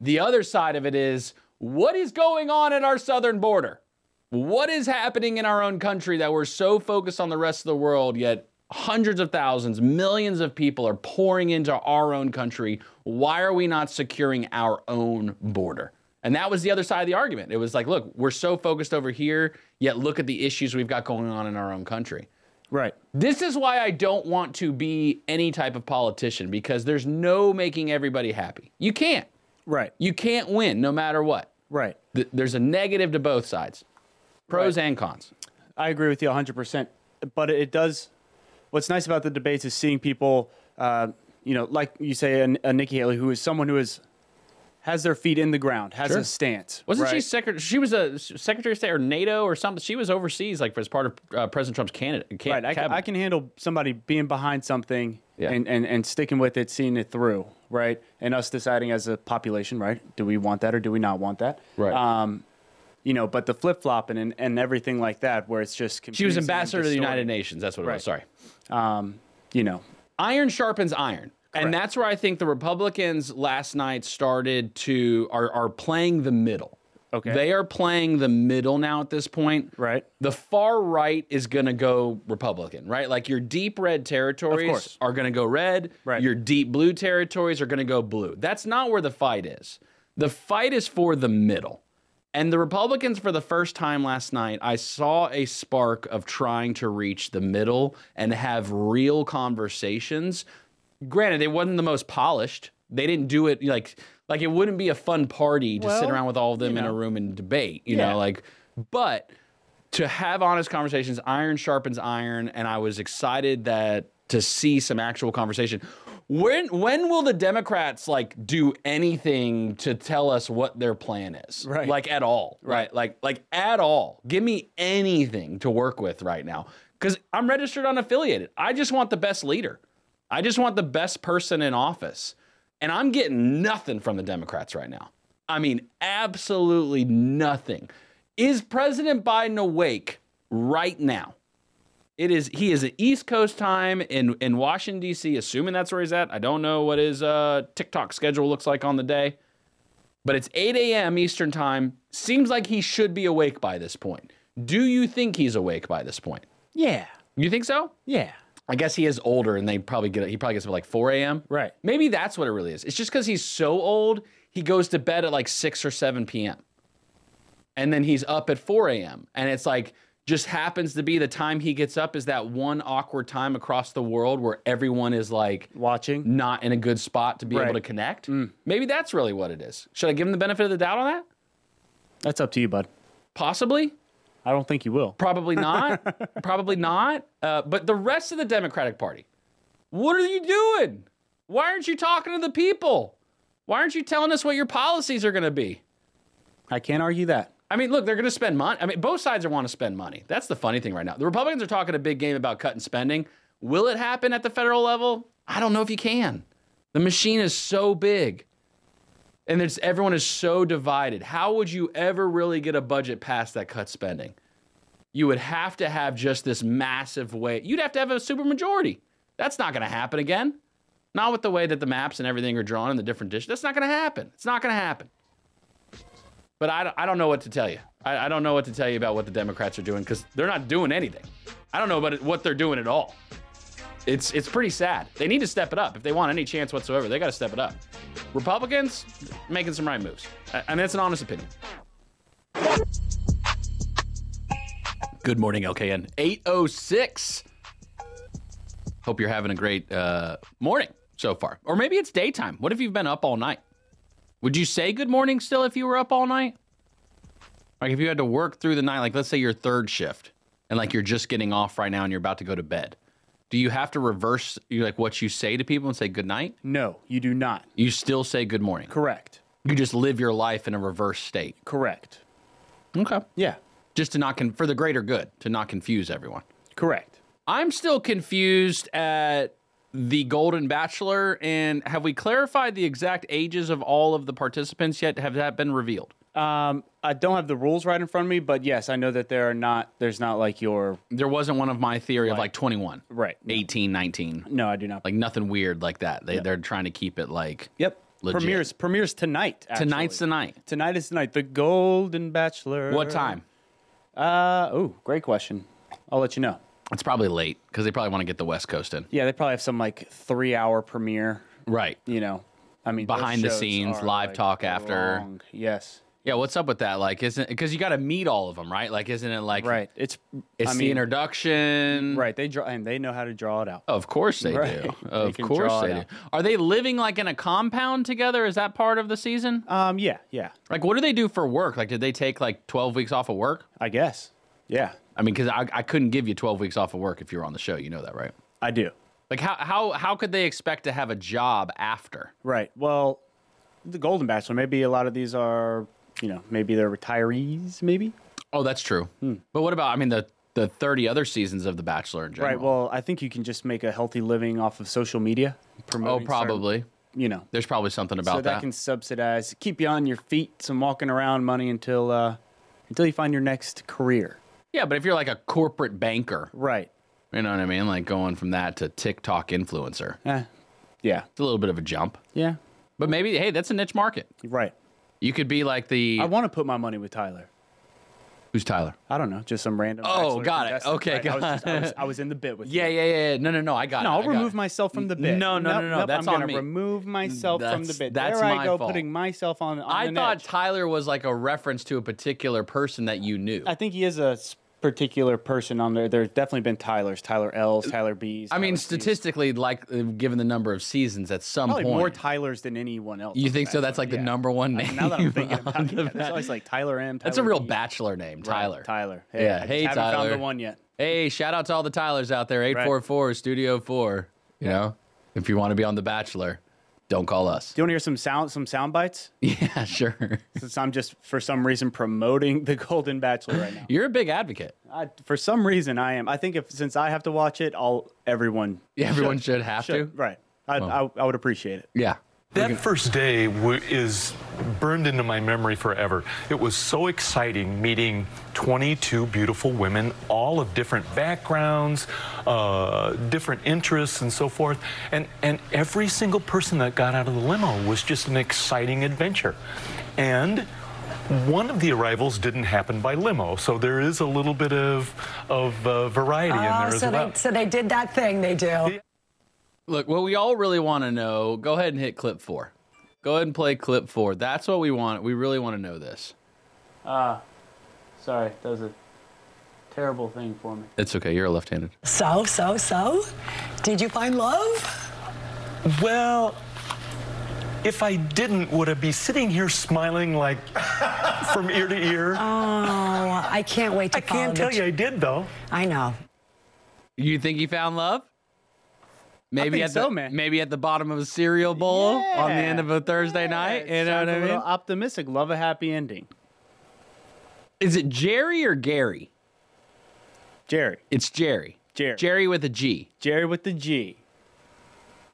The other side of it is what is going on at our southern border? What is happening in our own country that we're so focused on the rest of the world, yet hundreds of thousands, millions of people are pouring into our own country. Why are we not securing our own border? And that was the other side of the argument. It was like, look, we're so focused over here, yet look at the issues we've got going on in our own country. Right. This is why I don't want to be any type of politician because there's no making everybody happy. You can't. Right. You can't win no matter what. Right. Th- there's a negative to both sides, pros and cons. I agree with you 100%. But it does, what's nice about the debates is seeing people, uh, you know, like you say, a, a Nikki Haley, who is someone who is, has their feet in the ground, has Sure. a stance. Wasn't she right? secretary? She was a s- secretary of state or NATO or something. She was overseas, like as part of uh, President Trump's candidate. Can- Right. I, can- I can handle somebody being behind something and, and, and sticking with it, seeing it through, right? And us deciding as a population, right? Do we want that or do we not want that? Right. Um, you know, but the flip flopping and, and everything like that, where it's just she was confusing and ambassador to the distorted. United Nations. That's what it Right. was. Sorry. Um, you know, iron sharpens iron. And that's where I think the Republicans last night started to are, are playing the middle. Okay. They are playing the middle now at this point. Right. The far right is going to go Republican, right? Like your deep red territories course. are going to go red. Right. Your deep blue territories are going to go blue. That's not where the fight is. The fight is for the middle. And the Republicans, for the first time last night, I saw a spark of trying to reach the middle and have real conversations. Granted, it wasn't the most polished. They didn't do it like like it wouldn't be a fun party to sit Well, around with all of them you in a know. room and debate. You Yeah. know, like but to have honest conversations, iron sharpens iron, and I was excited that to see some actual conversation. When when will the Democrats like do anything to tell us what their plan is? Right. Like at all. Right. Like like at all. Give me anything to work with right now. Cause I'm registered unaffiliated. I just want the best leader. I just want the best person in office. And I'm getting nothing from the Democrats right now. I mean, absolutely nothing. Is President Biden awake right now? It is he is at East Coast time in in Washington D.C. Assuming that's where he's at. I don't know what his uh, TikTok schedule looks like on the day, but it's 8 a.m. Eastern time. Seems like he should be awake by this point. Do you think he's awake by this point? yeah, You think so? yeah. I guess he is older, and they probably get he probably gets up at like 4 a.m. Right. Maybe that's what it really is. It's just because he's so old, he goes to bed at like 6 or 7 p.m. And then he's up at 4 a.m. And it's like, just happens to be the time he gets up is that one awkward time across the world where everyone is like watching, not in a good spot to be Right. Mm. able to connect. Maybe that's really what it is. Should I give him the benefit of the doubt on that? That's up to you, bud. Possibly. I don't think you will. <laughs> Probably not. Probably not. Uh, but the rest of the Democratic Party, what are you doing? Why aren't you talking to the people? Why aren't you telling us what your policies are going to be? I can't argue that. I mean, look, they're going to spend money. I mean, both sides want to spend money. That's the funny thing right now. The Republicans are talking a big game about cutting spending. Will it happen at the federal level? I don't know if you can. The machine is so big, and it's, everyone is so divided. How would you ever really get a budget past that cut spending? You would have to have just this massive way. You'd have to have a supermajority. That's not going to happen again. Not with the way that the maps and everything are drawn in the different districts. That's not going to happen. It's not going to happen. But I, don't- I don't know what to tell you. I, I don't know what to tell you about what the Democrats are doing because they're not doing anything. I don't know about it, what they're doing at all. It's it's pretty sad. They need to step it up if they want any chance whatsoever. They got to step it up. Republicans making some right moves, I, I mean, that's an honest opinion. Good morning, LKN. 806. Hope you're having a great uh, morning so far. Or maybe it's daytime. What if you've been up all night? Would you say good morning still if you were up all night? Like if you had to work through the night, like let's say your third shift and like you're just getting off right now and you're about to go to bed. Do you have to reverse you like what you say to people and say good night? No, you do not. You still say good morning. Correct. You just live your life in a reverse state. Correct. Okay. Yeah. Just to not con- for the greater good, to not confuse everyone. Correct. I'm still confused at Uh, the Golden Bachelor and have we clarified the exact ages of all of the participants yet? Have that been revealed? Um, I don't have the rules right in front of me, but yes, I know that there are not. There's not like your There wasn't one of my theory of like 21. right. 18, 19. No, I do not. Like nothing weird like that. They, They're trying to keep it like Yep. legit. Premieres premieres tonight. Actually. Tonight's the night. Tonight is the night. The Golden Bachelor. What time? Uh oh, great question. I'll let you know. It's probably late because they probably want to get the West Coast in. Yeah, they probably have some like three hour premiere. Right. You know, I mean, those Behind the shows scenes, are, live like, talk after. long. Yes. Yeah, what's up with that? Like, isn't because you got to meet all of them, right? Like, isn't it like right? It's it's I the mean- introduction, Right. They draw and they know how to draw it out. Of course they <laughs> Right. do. They Of can course draw it they do. out. Are they living like in a compound together? Is that part of the season? Um, yeah, yeah. Like, what do they do for work? Like, did they take like twelve weeks off of work? I guess. Yeah. I mean, because I, I couldn't give you twelve weeks off of work if you were on the show. You know that, right? I do. Like, how how how could they expect to have a job after? Right. Well, the Golden Bachelor. Maybe a lot of these are, you know, maybe they're retirees. Maybe. Oh, that's true. Hmm. But what about I mean the the thirty other seasons of The Bachelor in general? Right. Well, I think you can just make a healthy living off of social media. oh, promoting certain- probably. you know, there's probably something about so that, that. can subsidize, keep you on your feet, some walking around money until uh, until you find your next career. Yeah, but if you're like a corporate banker, right? You know what I mean? Like going from that to TikTok influencer. Eh, yeah, it's a little bit of a jump. Yeah. But maybe hey, that's a niche market. Right. You could be like the I want to put my money with Tyler. Who's Tyler? I don't know, just some random. Oh, Bachelor got it. contestant, Okay, right? I got was just- I was- it. I was in the bit with yeah, yeah, yeah, yeah. No, no, no. I got no, it. I I'll got remove it. myself from the bit. No, no, Nope, no, no. nope, That's I'm on gonna me. remove myself from the That's- bit. that's there my I go, fault. putting myself on. on I an thought edge. Tyler was like a reference to a particular person that you knew. I think he is a s- particular person on there. There's definitely been Tyler's, Tyler L's, Tyler B's. Uh, I mean, statistically, like uh, given the number of seasons, at some probably point, more Tyler's than anyone else. you on think so? Bachelor. That's like the Yeah. number one I- name. Now that I'm thinking about on it, the <laughs> yeah, there's Bachelor. always like Tyler M. Tyler That's a real B. bachelor name, Right, Tyler. Tyler. Yeah. I Hey, just haven't Tyler. found the one yet. <laughs> Hey, shout out to all the Tylers out there. Eight Right. four four Studio Four. You know, if you want to be on The Bachelor, don't call us. Do you want to hear some sound, some sound bites? <laughs> Yeah, sure. Since I'm just for some reason promoting the Golden Bachelor right now. You're a big advocate. I, for some reason, I am. I think if since I have to watch it, I'll everyone. Yeah, everyone should have to. Right. I, Well. I, I would appreciate it. Yeah. That first day w- is burned into my memory forever. It was so exciting meeting 22 beautiful women, all of different backgrounds, uh, different interests, and so forth. And, and every single person that got out of the limo was just an exciting adventure. And one of the arrivals didn't happen by limo, so there is a little bit of, of uh, variety in there Oh, as so well. they, so they did that thing they do. Look, what we all really want to know. Go ahead and hit clip four. Go ahead and play clip four. That's what we want. We really want to know this. Ah, sorry, that was a terrible thing for me. It's okay. You're a left-handed. So, so, so, did you find love? Well, if I didn't, would I be sitting here smiling like from ear to ear? Oh, I can't wait to I can't tell you I did though. I know. You think he found love? Maybe think at the so, man. maybe at the bottom of a cereal bowl on the end of a Thursday night. You know what I a mean? little optimistic. Love a happy ending. Is it Jerry or Gary? Jerry. It's Jerry. Jerry. Jerry with a G. Jerry with the G.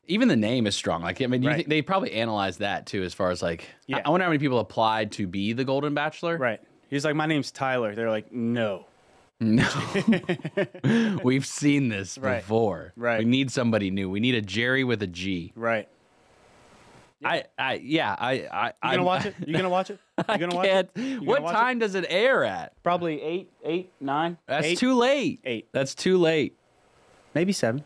Even the name is strong. Like I mean, you think they probably analyzed that too, as far as like I- I wonder how many people applied to be the Golden Bachelor. Right. He's like, my name's Tyler. They're like, no. <laughs> No, we've seen this Right. before. Right. We need somebody new. We need a Jerry with a G. Right. I, I, yeah, I, I. You You gonna watch it? You gonna <laughs> watch it? You gonna watch can't. it? You gonna What watch it? time does it air at? Probably eight, eight, nine. That's eight. too late. Eight. That's too late. Maybe seven.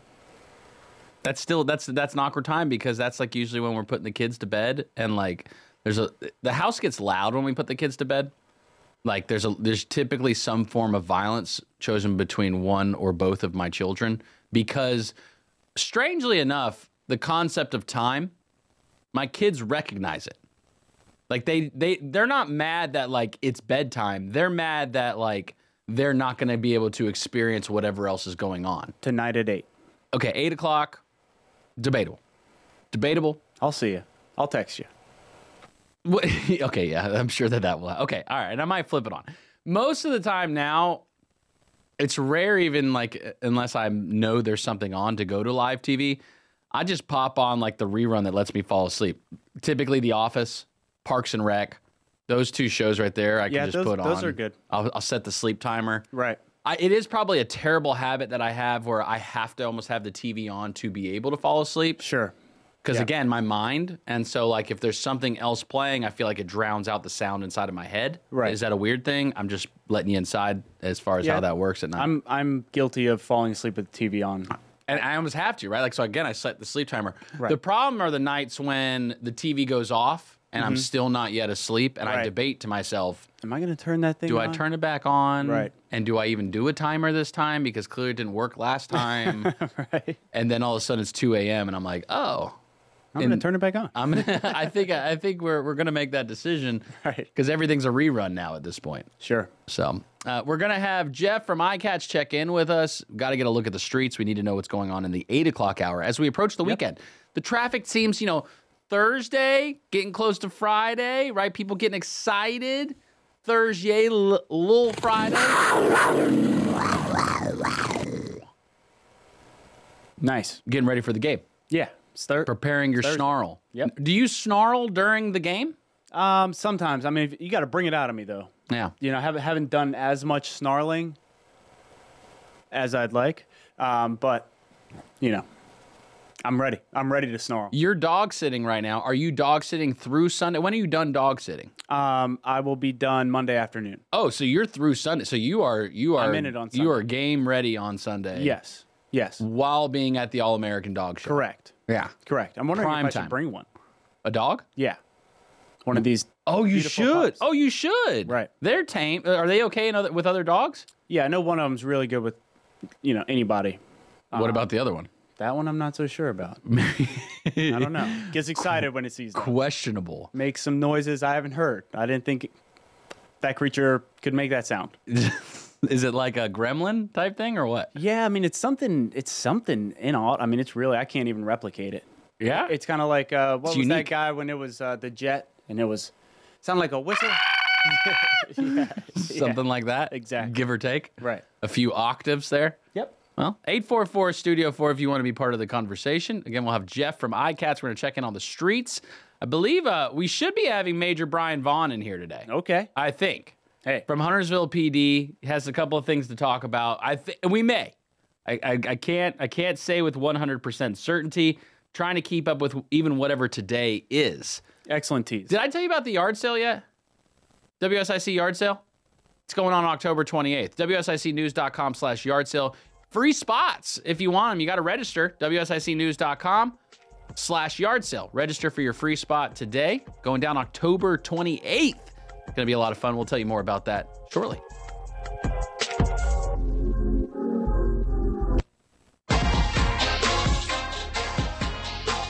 That's still that's that's an awkward time because that's like usually when we're putting the kids to bed and like there's a the house gets loud when we put the kids to bed. Like there's a there's typically some form of violence chosen between one or both of my children because strangely enough, the concept of time, my kids recognize it. Like they they they're not mad that like it's bedtime. They're mad that like they're not going to be able to experience whatever else is going on tonight at eight. Okay, eight o'clock. Debatable. Debatable. I'll see you. I'll text you. What- <laughs> okay, yeah, I'm sure that that will. Okay, all right, and I might flip it on. Most of the time now, it's rare even like unless I know there's something on to go to live TV, I just pop on like the rerun that lets me fall asleep. Typically, The Office, Parks and Rec, those two shows right there, I can Yeah, just those- put on. those are good. I'll, I'll set the sleep timer. Right. I, it is probably a terrible habit that I have where I have to almost have the TV on to be able to fall asleep. Sure. Because again, my mind, and so like if there's something else playing, I feel like it drowns out the sound inside of my head. Right. Is that a weird thing? I'm just letting you inside as far as Yeah. how that works at night. I'm I'm guilty of falling asleep with the TV on. and I almost have to, right? Like so again, I set the sleep timer. The problem are the nights when the TV goes off and I'm Mhm. still not yet asleep, and I Right. debate to myself, Am I going to turn that thing? do I on? turn it back on? Right. And do I even do a timer this time? Because clearly it didn't work last time. <laughs> right. And then all of a sudden it's 2 a.m. and I'm like, oh. I'm gonna turn it back on. I'm <laughs> gonna, I think I think we're we're gonna make that decision, right? Because everything's a rerun now at this point. Sure. So uh, we're gonna have Jeff from iCatch check in with us. Got to get a look at the streets. We need to know what's going on in the eight o'clock hour as we approach the weekend. The traffic seems, you know, Thursday getting close to Friday, right? People getting excited. Thursday, l- little Friday. Nice. Getting ready for the game. Yeah. Start preparing your snarl. Yep. Do you snarl during the game? Um, sometimes. I mean, if, you got to bring it out of me though. Yeah. You know, I haven't haven't done as much snarling as I'd like, um, but you know, I'm ready. I'm ready to snarl. You're dog sitting right now. Are you dog sitting through Sunday? When are you done dog sitting? Um, I will be done Monday afternoon. Oh, so you're through Sunday. So you are you are I'm in it on you are game ready on Sunday. Yes. Yes. While being at the All American Dog Show. Correct. Yeah. Correct. I'm wondering Prime if I time. should bring one. A dog? Yeah. One of these. Oh, you beautiful should. pups. Oh, you should. Right. They're tame. Are they okay in other, with other dogs? Yeah, I know one of them's really good with, you know, anybody. Um, What about the other one? That one I'm not so sure about. I <laughs> don't know. Gets excited when it sees them. Questionable. Makes some noises I haven't heard. I didn't think that creature could make that sound. <laughs> Is it like a gremlin type thing or what? Yeah, I mean it's something. It's something inaud. I mean it's really I can't even replicate it. Yeah, it's kind of like uh, what It's was unique. that guy when it was uh, the jet and it was sound like a whistle. <laughs> Yeah, <laughs> yeah. <laughs> Something like that. Exactly. Give or take. Right. A few octaves there. Yep. Well, 844 Studio 4 if you want to be part of the conversation. Again, we'll have Jeff from iCats. We're going to check in on the streets. I believe uh, we should be having Major Brian Vaughn in here today. Okay. I think. Hey. From Huntersville PD. Has a couple of things to talk about. I th- We may. I, I, I can't I can't say with 100% certainty. Trying to keep up with even whatever today is. Excellent tease. Did I tell you about the yard sale yet? WSIC yard sale? It's going on October 28th. WSICnews.com slash yard sale. Free spots if you want them. You got to register. WSICnews.com slash yard sale. Register for your free spot today. Going down October 28th. Going to be a lot of fun. We'll tell you more about that shortly.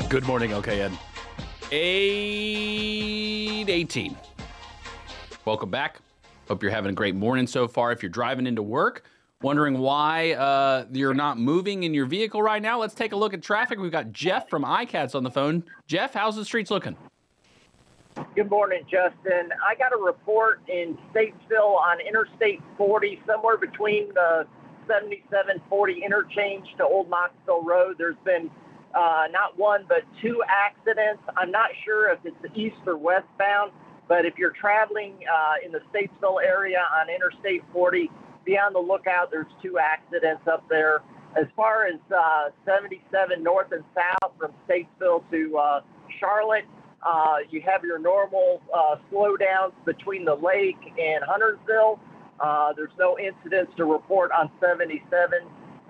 Good morning, OKN. 818. Welcome back. Hope you're having a great morning so far. If you're driving into work, wondering why uh, you're not moving in your vehicle right now, let's take a look at traffic. We've got Jeff from iCats on the phone. Jeff, how's the streets looking? Good morning, Justin. I got a report in Statesville on Interstate 40, somewhere between the 7740 interchange to Old Knoxville Road. There's been uh, not one, but two accidents. I'm not sure if it's east or westbound, but if you're traveling uh, in the Statesville area on Interstate 40, be on the lookout. There's two accidents up there. As far as uh, 77 north and south from Statesville to uh, Charlotte, uh, you have your normal uh, slowdowns between the lake and Huntersville. Uh, there's no incidents to report on 77.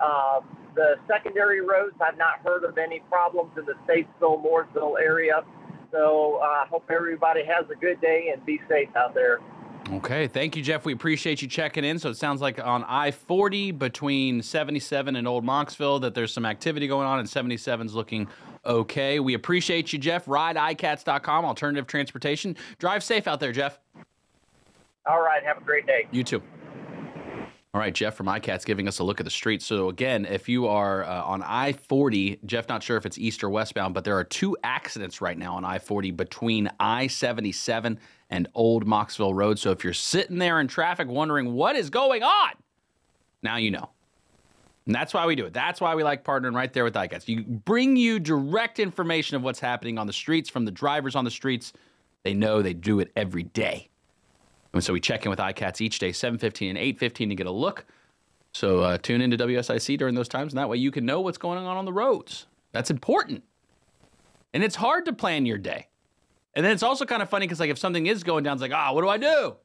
Uh, the secondary roads, I've not heard of any problems in the Statesville, Mooresville area. So uh, I hope everybody has a good day and be safe out there. Okay, thank you, Jeff. We appreciate you checking in. So it sounds like on I 40 between 77 and Old Moxville that there's some activity going on, and 77's looking okay. We appreciate you, Jeff. RideICats.com, alternative transportation. Drive safe out there, Jeff. All right, have a great day. You too. All right, Jeff from iCats giving us a look at the streets. So, again, if you are uh, on I 40, Jeff, not sure if it's east or westbound, but there are two accidents right now on I 40 between I 77 and Old Moxville Road. So, if you're sitting there in traffic wondering what is going on, now you know. And that's why we do it. That's why we like partnering right there with iCats. You bring you direct information of what's happening on the streets from the drivers on the streets. They know they do it every day. And so we check in with iCats each day, 7.15 and 8.15 to get a look. So uh, tune into WSIC during those times, and that way you can know what's going on on the roads. That's important. And it's hard to plan your day. And then it's also kind of funny because like if something is going down, it's like, ah, what do I do?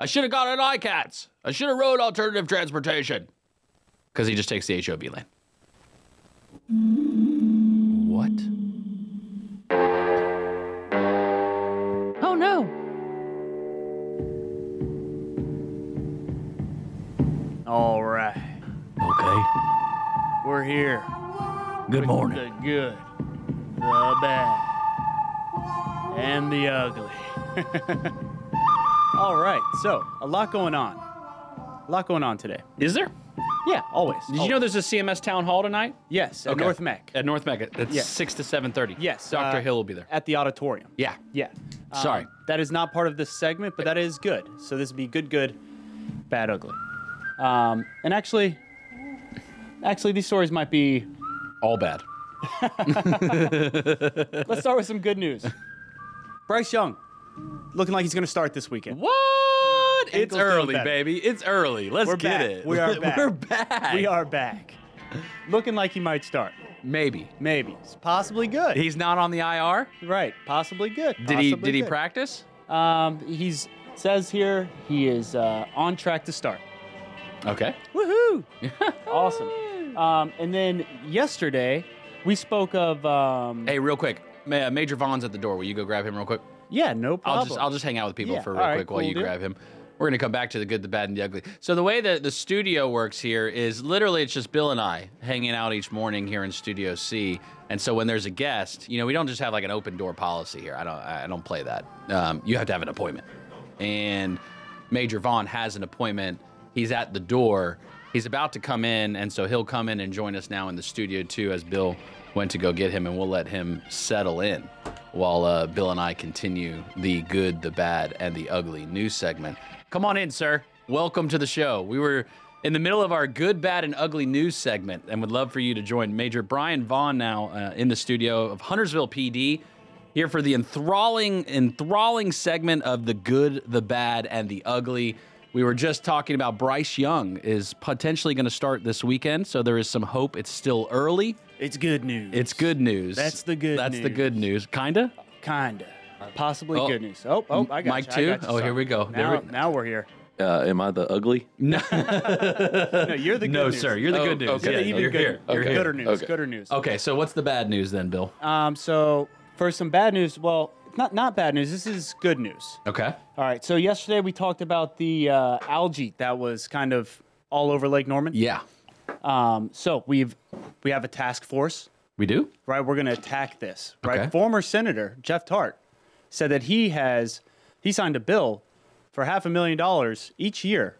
I should have gone on ICATS. I should have rode alternative transportation. Because he just takes the HOV lane. What? Oh no. All right. Okay. We're here. Good With morning. The good, the bad, and the ugly. <laughs> All right. So, a lot going on. A lot going on today. Is there? Yeah, always. Did you know there's a CMS town hall tonight? Yes, at Okay. North Mac. At North Mecca. That's Yeah. six to seven thirty. Yes. Dr. uh, Hill will be there. At the auditorium. Yeah. Yeah. Um, Sorry. That is not part of this segment, but that is good. So this would be good, good, bad, ugly. Um, and actually, actually, these stories might be all <laughs> bad. Let's start with some good news. Bryce Young, looking like he's going to start this weekend. What? Ankle's it's doing early, better. baby. It's early. Let's We're get back. it. We are back. <laughs> We're back. We are back. Looking like he might start. Maybe. Maybe. It's possibly good. He's not on the IR. Right. Possibly good. Did he- Possibly did he good. practice? Um, he's says here he is uh, on track to start. Okay. <laughs> Woohoo! awesome. Um, and then yesterday we spoke of. Um, Hey, real quick. Ma- uh, Major Vaughn's at the door. Will you go grab him real quick? Yeah, no problem. I'll just I'll just hang out with people Yeah, for real all right, quick while cool, you dude. grab him. We're gonna come back to the good, the bad, and the ugly. So the way that the studio works here is literally it's just Bill and I hanging out each morning here in Studio C. And so when there's a guest, you know, we don't just have like an open door policy here. I don't I don't play that. Um, you have to have an appointment. And Major Vaughn has an appointment. He's at the door. He's about to come in, and so he'll come in and join us now in the studio too, as Bill went to go get him, and we'll let him settle in while uh, Bill and I continue the good, the bad, and the ugly news segment. Come on in, sir. Welcome to the show. We were in the middle of our good, bad, and ugly news segment, and would love for you to join Major Brian Vaughn now uh, in the studio of Huntersville PD. Here for the enthralling, enthralling segment of the good, the bad, and the ugly. We were just talking about Bryce Young is potentially going to start this weekend, so there is some hope. It's still early. It's good news. It's good news. That's the good That's the news. good news. Kinda. Kinda. Possibly Oh. good news. Oh, oh, I got Mike you. I too? got you. Oh, here we go. Now, There now we're here. Uh, am I the ugly? No. No, you're the good <laughs> no, news. sir. You're the Oh, good news. okay. Yeah, Even you're good- here. you're You're here. gooder news, gooder news. Okay, so what's the bad news then, Bill? Um, so for some bad news, well, not not bad news. This is good news. Okay. All right. So yesterday we talked about the uh, algae that was kind of all over Lake Norman. Yeah. Um, so we've we have a task force. We do. Right. We're going to attack this. Right. Okay. Former Senator Jeff Tart said that he has he signed a bill for half a million dollars each year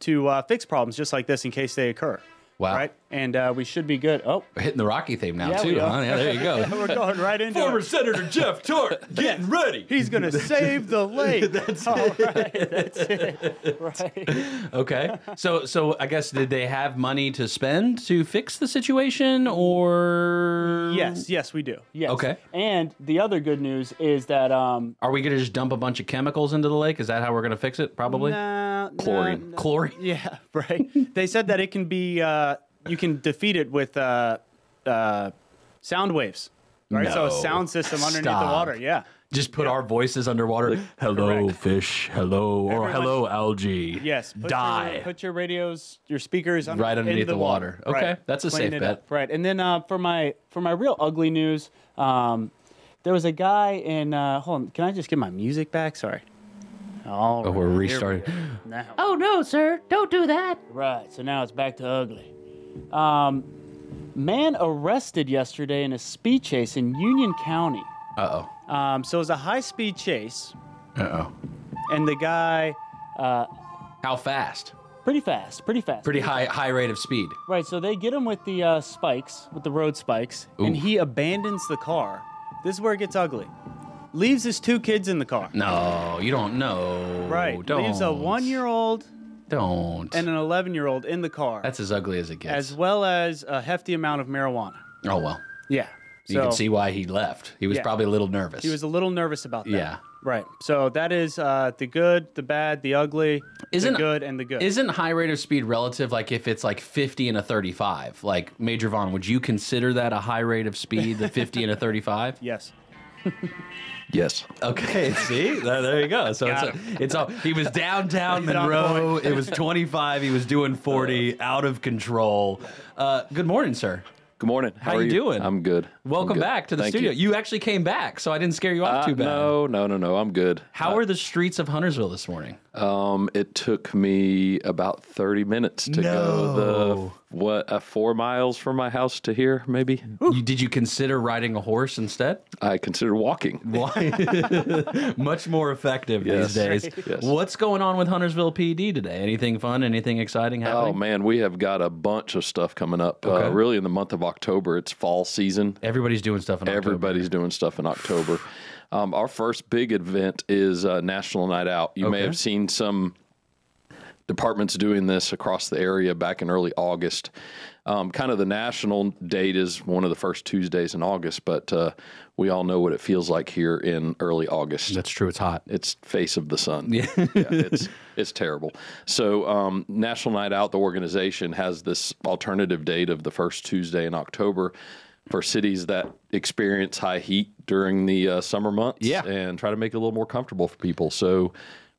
to uh, fix problems just like this in case they occur. Wow. Right. And uh, we should be good. Oh. We're hitting the Rocky theme now Yeah, we too, are. huh? Yeah, there you go. <laughs> We're going right into Former it. Senator <laughs> Jeff Tort getting ready. He's gonna save the lake. <laughs> That's All right, that's it. <laughs> Right. Okay. So so I guess did they have money to spend to fix the situation or Yes, yes, we do. Yes. Okay. And the other good news is that um Are we gonna just dump a bunch of chemicals into the lake? Is that how we're gonna fix it? Probably. Nah, Chlorine. Chlorine. <laughs> Yeah, right. they said that it can be uh you can defeat it with uh uh sound waves. Right? So a No. sound system underneath Stop. the water, yeah. Just put our voices underwater. hello, fish. Hello, or Everyone- hello, algae. Yes. Put Die. Your, put your radios, your speakers under, Right in underneath the water. Okay, Right. that's a Clean safe it bet. up. Right. And then uh, for my for my real ugly news, um, there was a guy in. Uh, hold on. Can I just get my music back? Sorry. All Oh, we're right, here we restarting. go. Now. Oh no, sir. Don't do that. Right, so now it's back to ugly. Um, man arrested yesterday in a speed chase in Union County. Uh oh. Um, so it was a high speed chase, Uh oh. and the guy, uh, How fast? pretty fast, pretty fast. Pretty high high rate of speed. Right, so they get him with the uh, spikes, with the road spikes, and Ooh. he abandons the car. This is where it gets ugly. Leaves his two kids in the car. No, you don't know. right, Don't. leaves a one year old Don't. and an 11 year old in the car, That's as ugly as it gets. as well as a hefty amount of marijuana. oh well. Yeah. You can So- see why he left. He was Yeah. probably a little nervous. He was a little nervous about that. Yeah. Right. So that is uh, the good, the bad, the ugly, Isn't- the good, and the good. Isn't high rate of speed relative? Like if it's like 50 and a 35, like Major Vaughn, would you consider that a high rate of speed, the 50 and a 35? <laughs> Yes. Yes. Okay. See, there, there you go. So it's, Got it's all. He was <laughs> downtown He's on Monroe. point. It was 25. He was doing Uh, 40. Out of control. Uh, good morning, sir. Good morning. How, How are you doing? I'm good. I'm <laughs> Welcome good. back to the Thank studio. You. actually came back, so I didn't scare you off Uh, too bad. No, no, no, no. I'm good. Uh, How are the streets of Huntersville this morning? Um, it took me about 30 minutes to go the what uh, four miles from my house to here, maybe. You, did you consider riding a horse instead? I consider walking. Why? <laughs> <laughs> Much more effective Yes. these days. Yes. What's going on with Huntersville PD today? Anything fun? Anything exciting <laughs> Oh happening? man, we have got a bunch of stuff coming up. Uh, Okay. really, in the month of October, it's fall season. Everybody's doing stuff in October. Everybody's doing stuff in October. <sighs> Um, our first big event is uh, National Night Out. You may Okay. have seen some departments doing this across the area back in early August. Um, kind of the national date is one of the first Tuesdays in August, but uh, we all know what it feels like here in early August. That's true. It's hot. It's face of the sun. Yeah, it's it's terrible. So um, National Night Out, the organization has this alternative date of the first Tuesday in October for cities that experience high heat during the uh, summer months. Yeah, and try to make it a little more comfortable for people. So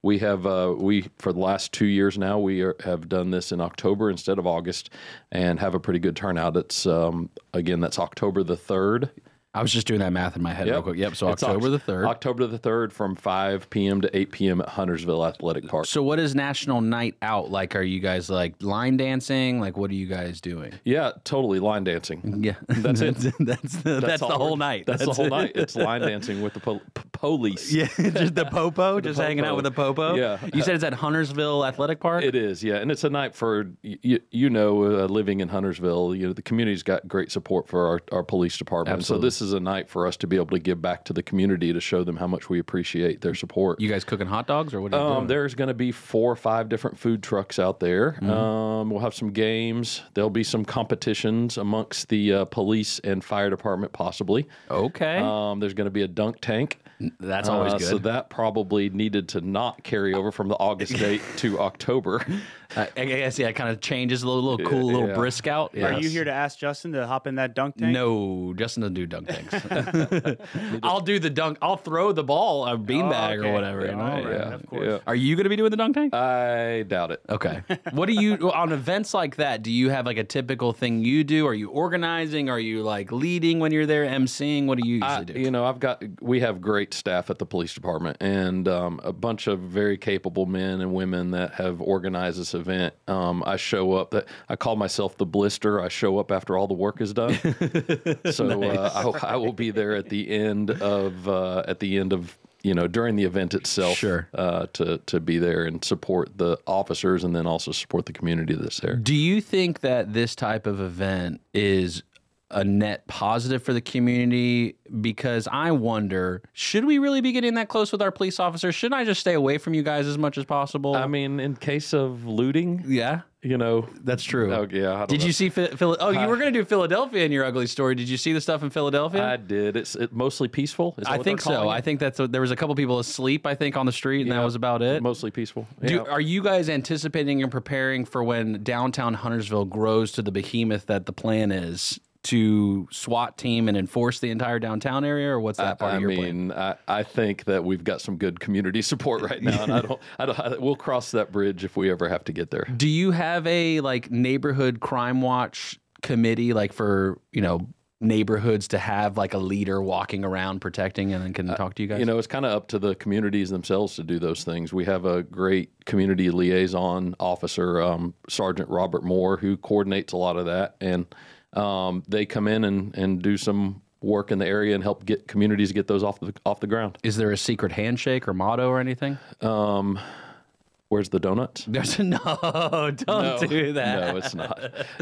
we have uh, we for the last two years now we are, have done this in October instead of August, and have a pretty good turnout. It's um, again that's October the third. I was <laughs> just doing that math in my head real quick. Yep. So October the 3rd. October the third from five p.m. to eight p.m. at Huntersville Athletic Park. So what is National Night Out like? Are you guys like line dancing? Like what are you guys doing? Yeah, totally line dancing. Yeah, that's it. <laughs> That's the, that's the all whole we're- night. That's, the That's whole it. night. It's <laughs> line dancing with the pol- p- police. Yeah, <laughs> just the popo, just hanging out with the popo. Yeah. You said it's at Huntersville Athletic Park. It is, yeah, and it's a night for y- y- you know uh, living in Huntersville. You know the community's got great support for our, our police department, Absolutely. so this is a night for us to be able to give back to the community to show them how much we appreciate their support. You guys cooking hot dogs or what? Are you Um, doing? there's going to be four or five different food trucks out there. Mhm. Um, we'll have some games. There'll be some competitions amongst the uh, police and fire department, possibly. Okay. Um, there's going to be a dunk tank. Uh, That's always So good. that probably needed to not carry over from the <laughs> August date to October. I, I guess yeah, it kind of changes a little, little cool, Yeah, little yeah. brisk out. Are you here to ask Justin to hop in that dunk tank? No, Justin doesn't do dunk tanks. <laughs> <laughs> I'll do the dunk. I'll throw the ball a beanbag Oh, okay. or whatever. you know? All right, Yeah, of course. yeah. Are you going to be doing the dunk tank? I doubt it. Okay. <laughs> What do you on events like that? Do you have like a typical thing you do? Are you organizing? Are you like leading when you're there, emceeing? What do you usually I- do? You know, I've got we have great staff at the police department and um, a bunch of very capable men and women that have organized this event. Um, I show up. That I call myself the blister. I show up after all the work is <laughs> done. so uh, I, I will be there at the end of uh, at the end of you know during the event itself. Sure. Uh, to to be there and support the officers and then also support the community that's there. Do you think that this type of event is a net positive for the community? Because I wonder, should we really be getting that close with our police officers? Shouldn't I just stay away from you guys as much as possible? I mean, in case of looting, yeah, you know, that's true. Oh, yeah. I don't Did know. you see? Phil- Phil- oh, I- you were going to do Philadelphia in your ugly story. Did you see the stuff in Philadelphia? I did. It's it, mostly peaceful. Is that I what they're think so. calling it? I think that's what- there was a couple people asleep. I think on the street, and that was about it. Mostly peaceful. Do, Yeah. are you guys anticipating and preparing for when downtown Huntersville grows to the behemoth that the plan is to SWAT team and enforce the entire downtown area, or what's that part I of your plan? mean, I, I think that we've got some good community <laughs> support right now, <laughs> and I don't, I don't, I, we'll cross that bridge if we ever have to get there. Do you have a like neighborhood crime watch committee, like for you know neighborhoods to have like a leader walking around protecting and then can talk to you guys? Uh, You know, it's kind of up to the communities themselves to do those things. We have a great community liaison officer, um, Sergeant Robert Moore, who coordinates a lot of that, and um, they come in and, and do some work in the area and help get communities get those off the off the ground. Is there a secret handshake or motto or anything? Um, Where's the donuts? There's <laughs> no, don't do that. No, it's not. <laughs>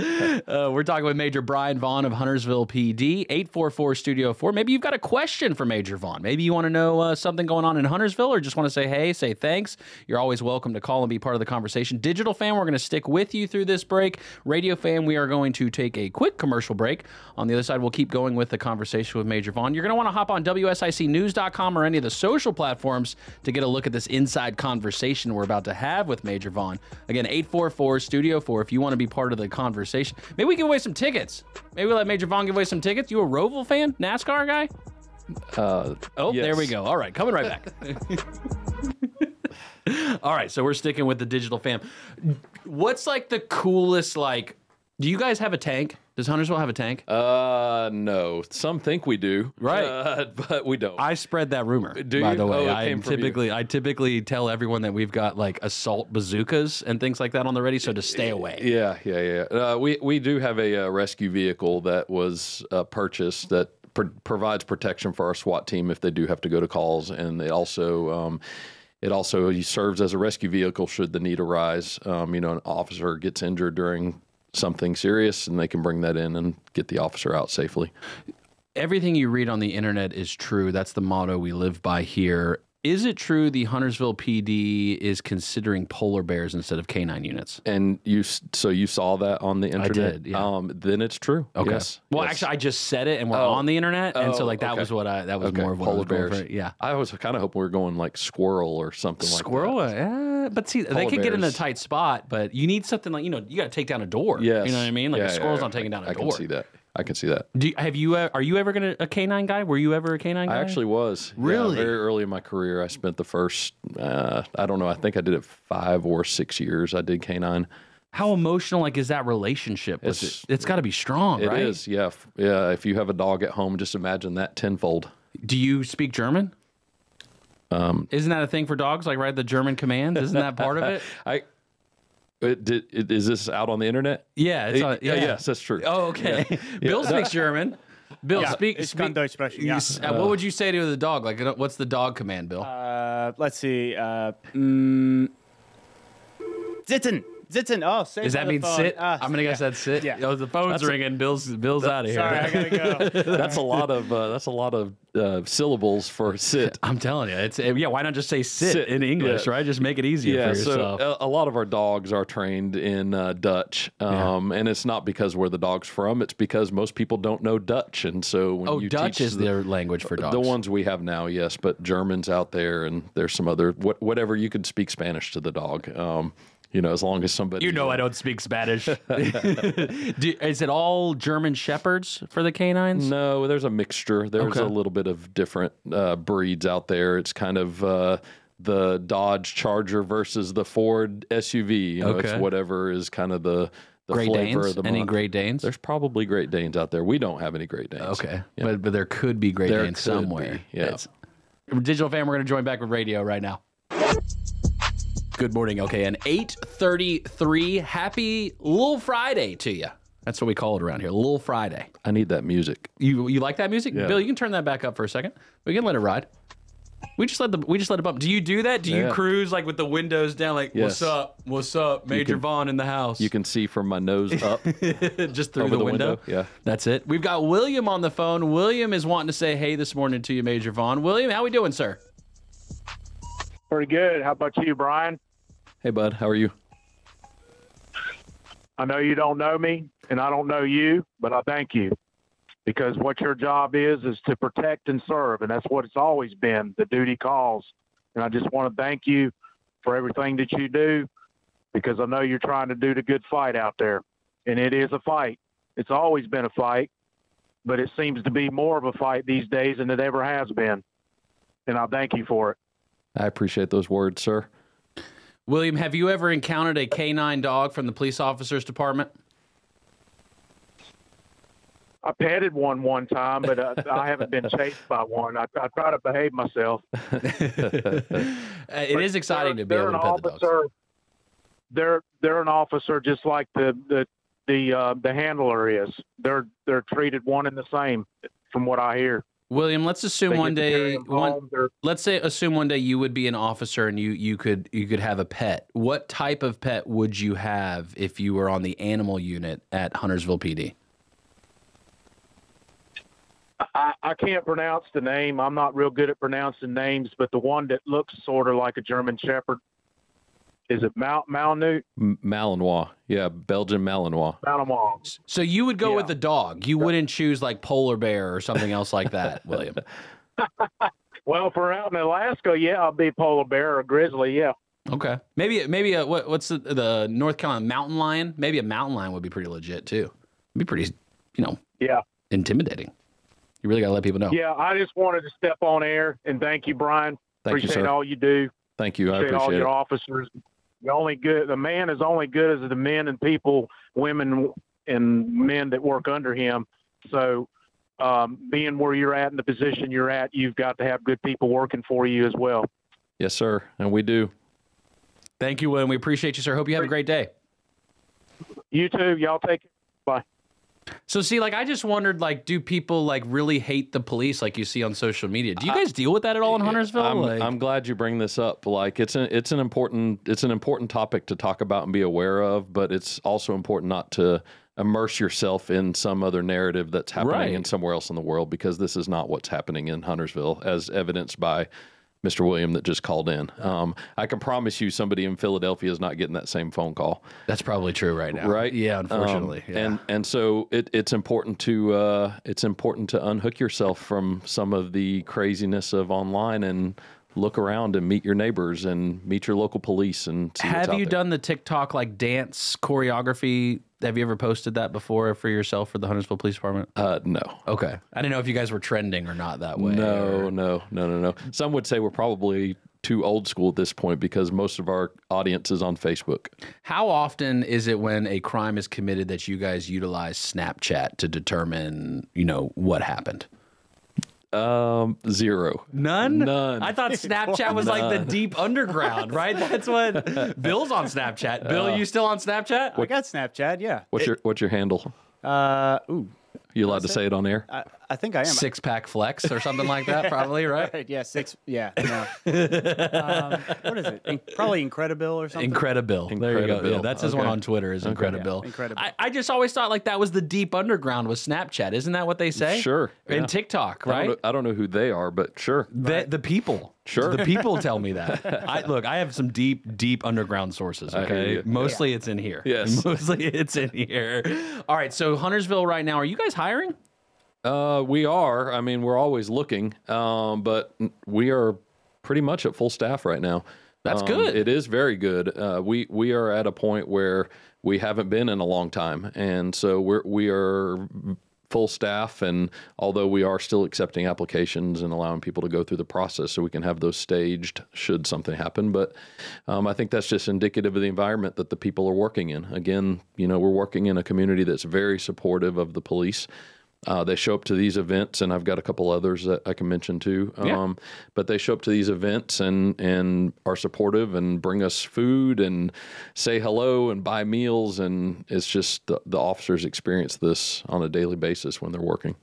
uh, we're talking with Major Brian Vaughn of Huntersville PD, 844 Studio 4. Maybe you've got a question for Major Vaughn. Maybe you want to know uh, something going on in Huntersville or just want to say hey, say thanks. You're always welcome to call and be part of the conversation. Digital fan, we're going to stick with you through this break. Radio fan, we are going to take a quick commercial break. On the other side, we'll keep going with the conversation with Major Vaughn. You're going to want to hop on WSICnews.com or any of the social platforms to get a look at this inside conversation we're about to have with Major Vaughn. Again, 844 Studio 4 if you want to be part of the conversation. Maybe we give away some tickets. Maybe we let Major Vaughn give away some tickets. You a Roval fan? NASCAR guy? Uh, Oh, yes. there we go. All right, coming right <laughs> back. All right, so we're sticking with the digital fam. What's like the coolest like do you guys have a tank? Does Huntersville have a tank? Uh, no. Some think we do. Right. Uh, <laughs> but we don't. I spread that rumor. Do by you? the Oh, way, it I came from you. typically I typically tell everyone that we've got like assault bazookas and things like that on the ready, so to Eh, stay away. Yeah, yeah, yeah. Uh, we we do have a, uh rescue vehicle that was uh, purchased that pr- provides protection for our SWAT team if they do have to go to calls, and it also. Um, it also serves as a rescue vehicle should the need arise. Um, you know, an officer gets injured during something serious, and they can bring that in and get the officer out safely. Everything you read on the internet is true. That's the motto we live by here. Is it true the Huntersville PD is considering polar bears instead of canine units? And you, s- so you saw that on the internet. did, yeah. Um, then it's true. Okay. Yes. Well, Yes. actually, I just said it, and we're Oh. on the internet, and so Oh, like that okay. was what I that was Okay, more of what I polar was going bears. for. Yeah, I was kind of hoping we were going like squirrel or something squirrel. like eh, but see, they Polar could get in a bears. tight spot, but you need something like you know you got to take down a door. that. Yes. you know what I mean. Like Yeah, a yeah, squirrel's yeah. not taking down a I door. can see that. I can see that. Do you, have you? Uh, are you ever gonna a canine guy? Were you ever a canine guy? I actually was. Yeah, Really? very early in my career, I spent the first, uh, I don't know, I think I did it five or six years. I did canine. How emotional like is that relationship? With It's- it? It's got to be strong, It is, right? yeah. F- Yeah. If you have a dog at home, just imagine that tenfold. Do you speak German? Um, Isn't that a thing for dogs? Like ride the German commands? Isn't that part of it? <laughs> I. It, did, it, is this out on the internet? <laughs> Yeah, it's on- Uh, yeah. Yes, that's true. Oh, okay. Yeah. <laughs> Bill Yeah. speaks German. Bill Yeah, speak. ich speak- kann Deutsch sprechen, you yeah. s- uh, what would you say to the dog? Like, uh, what's the dog command, Bill? Uh, let's see. Uh, mm, sitzen, sitzen. Oh, say Does that mean sit? I'm gonna guess that's sit. Ah, Yeah. Oh, the phone's That's a- ringing. Bill's Bill's out of here. Sorry, I gotta <laughs> go. that's a lot of uh, that's a lot of uh, syllables for sit. <laughs> I'm telling you, it's yeah. Why not just say sit, Sit, in English, yeah. right? Just make it easier for yourself. So uh, a, a lot of our dogs are trained in uh, Dutch, um, and it's not because where the dog's from; it's because most people don't know Dutch, and so when oh, you Dutch teach is the, their language for dogs. the ones we have now, yes, but Germans out there, and there's some other what, whatever you could speak Spanish to the dog. Um, you know, as long as somebody You know, I don't <laughs> speak Spanish. <laughs> Do, is it all German shepherds for the canines? No, there's a mixture. There's Okay. a little bit of different uh, breeds out there. It's kind of uh, the Dodge Charger versus the Ford SUV. You know, Okay. It's whatever is kind of the, the Great flavor Danes? of the month. Any Great Danes? There's probably Great Danes out there. We don't have any Great Danes. Okay, but but there could be Great There Danes could somewhere. be, yeah. It's- Digital fan, we're going to join back with radio right now. Good morning. Okay, and eight thirty-three. Happy Little Friday to you. That's what we call it around here, Little Friday. I need that music. You you like that music, Yeah. Bill? You can turn that back up for a second. We can let it ride. We just let the we just let it bump. Do you do that? Do you Yeah. cruise like with the windows down? Like what's Yes. up? What's up? Major can- Vaughn in the house. You can see from my <laughs> nose up just through over the, window. Yeah. That's it. We've got William on the phone. William is wanting to say hey this morning to you, Major Vaughn. William, how we doing, sir? Pretty good. How about you, Brian? Hey, bud. How are you? I know you don't know me, and I don't know you, but I thank you because what your job is is to protect and serve, and that's what it's always been the duty calls. And I just want to thank you for everything that you do because I know you're trying to do the good fight out there, and it is a fight. It's always been a fight, but it seems to be more of a fight these days than it ever has been. And I thank you for it. I appreciate those words, sir. William, have you ever encountered a canine dog from the police officers department? I petted one one time, but uh, I haven't been chased by one. I, I try to behave <laughs> myself. Uh, it is exciting to be they're able to an pet the dogs. officer. They're they're an officer just like the the the uh, the handler is. They're they're treated one and the same, from what I hear. William, let's assume They get one to day carry 'em one, home, they're- let's say assume one day you would be an officer and you you could you could have a pet. What type of pet would you have if you were on the animal unit at Huntersville PD? I, I can't pronounce the name. I'm not real good at pronouncing names, but the one that looks sort of like a German Shepherd is it Mal- Malnute? M- Malinois. Yeah, Belgian Malinois. Malinois. So you would go with the dog. You wouldn't choose like polar bear or something else like that, William. Well, if we're out in Alaska, yeah, I'll be polar bear or grizzly. Yeah. Okay. Maybe maybe a, what what's the, the North Carolina mountain lion? Maybe a mountain lion would be pretty legit too. It'd be pretty, you know, yeah, intimidating. You really got to let people know. Yeah, I just wanted to step on air and thank you, Brian. Thank you, appreciate sir. all you do. Thank you. I appreciate all appreciate your it. officers. The only good, the man is only good as the men and people, women and men that work under him. So, um, being where you're at and the position you're at, you've got to have good people working for you as well. Yes, sir. And we do. Thank you, William. We appreciate you, sir. Hope you have a great day. You too. Y'all take it. Bye. So see, like I just wondered, like, do people like really hate the police, like you see on social media? Do you guys deal with that at all in Huntersville? I'm, like, I'm glad you bring this up. Like it's an it's an important it's an important topic to talk about and be aware of, but it's also important not to immerse yourself in some other narrative that's happening Right. in somewhere else in the world because this is not what's happening in Huntersville, as evidenced by Mr. William that just called in. Um, I can promise you, somebody in Philadelphia is not getting that same phone call. That's probably true right now, right? Yeah, Um, unfortunately, yeah. And and so it, it's important to uh, it's important to unhook yourself from some of the craziness of online and look around and meet your neighbors and meet your local police and see what's have out you there. done the TikTok like dance choreography? Have you ever posted that before for yourself for the Huntersville Police Department? Uh, no. Okay, I didn't know if you guys were trending or not that way. No, no, no, no, no. Some would say we're probably too old school at this point because most of our audience is on Facebook. How often is it when a crime is committed that you guys utilize Snapchat to determine, you know, what happened? Um, zero. None. None. I thought Snapchat was like the None. deep underground, right? <laughs> That's what Bill's on Snapchat. Bill, Uh, you still on Snapchat? I got Snapchat. Yeah. What's your what's your handle? Uh, ooh, You allowed to say it on air? I, I think I am. Six pack flex or something like <laughs> that, probably, right? yeah, six. Yeah, <laughs> no. um, what is it? In- probably Incredible or something. Incredible. There you go. Incredible. Yeah, that's his Okay. one on Twitter. Is Okay. Incredible. Yeah, Incredible. I, I just always thought like that was the deep underground with Snapchat. Isn't that what they say? Sure. And yeah. TikTok, I right? don't, know, I don't know who they are, but sure. The, the people. Sure. The people tell <laughs> me that. I look, I have some deep, deep underground sources. I hear Okay. you. Mostly it's in here. Yes. <laughs> Mostly it's in here. All right. So Huntersville right now, are you guys hiring? Uh, we are. I mean, we're always looking, um, but we are pretty much at full staff right now. That's Um, good. It is very good. Uh, we we are at a point where we haven't been in a long time, and so we're we are full staff. And although we are still accepting applications and allowing people to go through the process, so we can have those staged should something happen. But um, I think that's just indicative of the environment that the people are working in. Again, you know, we're working in a community that's very supportive of the police. Uh, they show up to these events, and I've got a couple others that I can mention too. Um, Yeah. But they show up to these events and and are supportive and bring us food and say hello and buy meals, and it's just the, the officers experience this on a daily basis when they're working.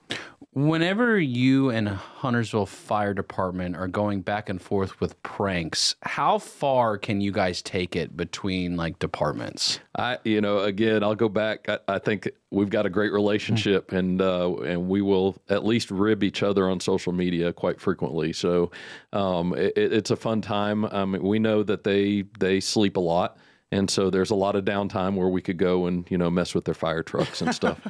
Whenever you and Huntersville Fire Department are going back and forth with pranks, how far can you guys take it between like departments? I, you know, again, I'll go back. I, I think we've got a great relationship, and uh, and we will at least rib each other on social media quite frequently. So, um, it, it- it's a fun time. Um, we know that they they sleep a lot, and so there's a lot of downtime where we could go and you know mess with their fire trucks and stuff.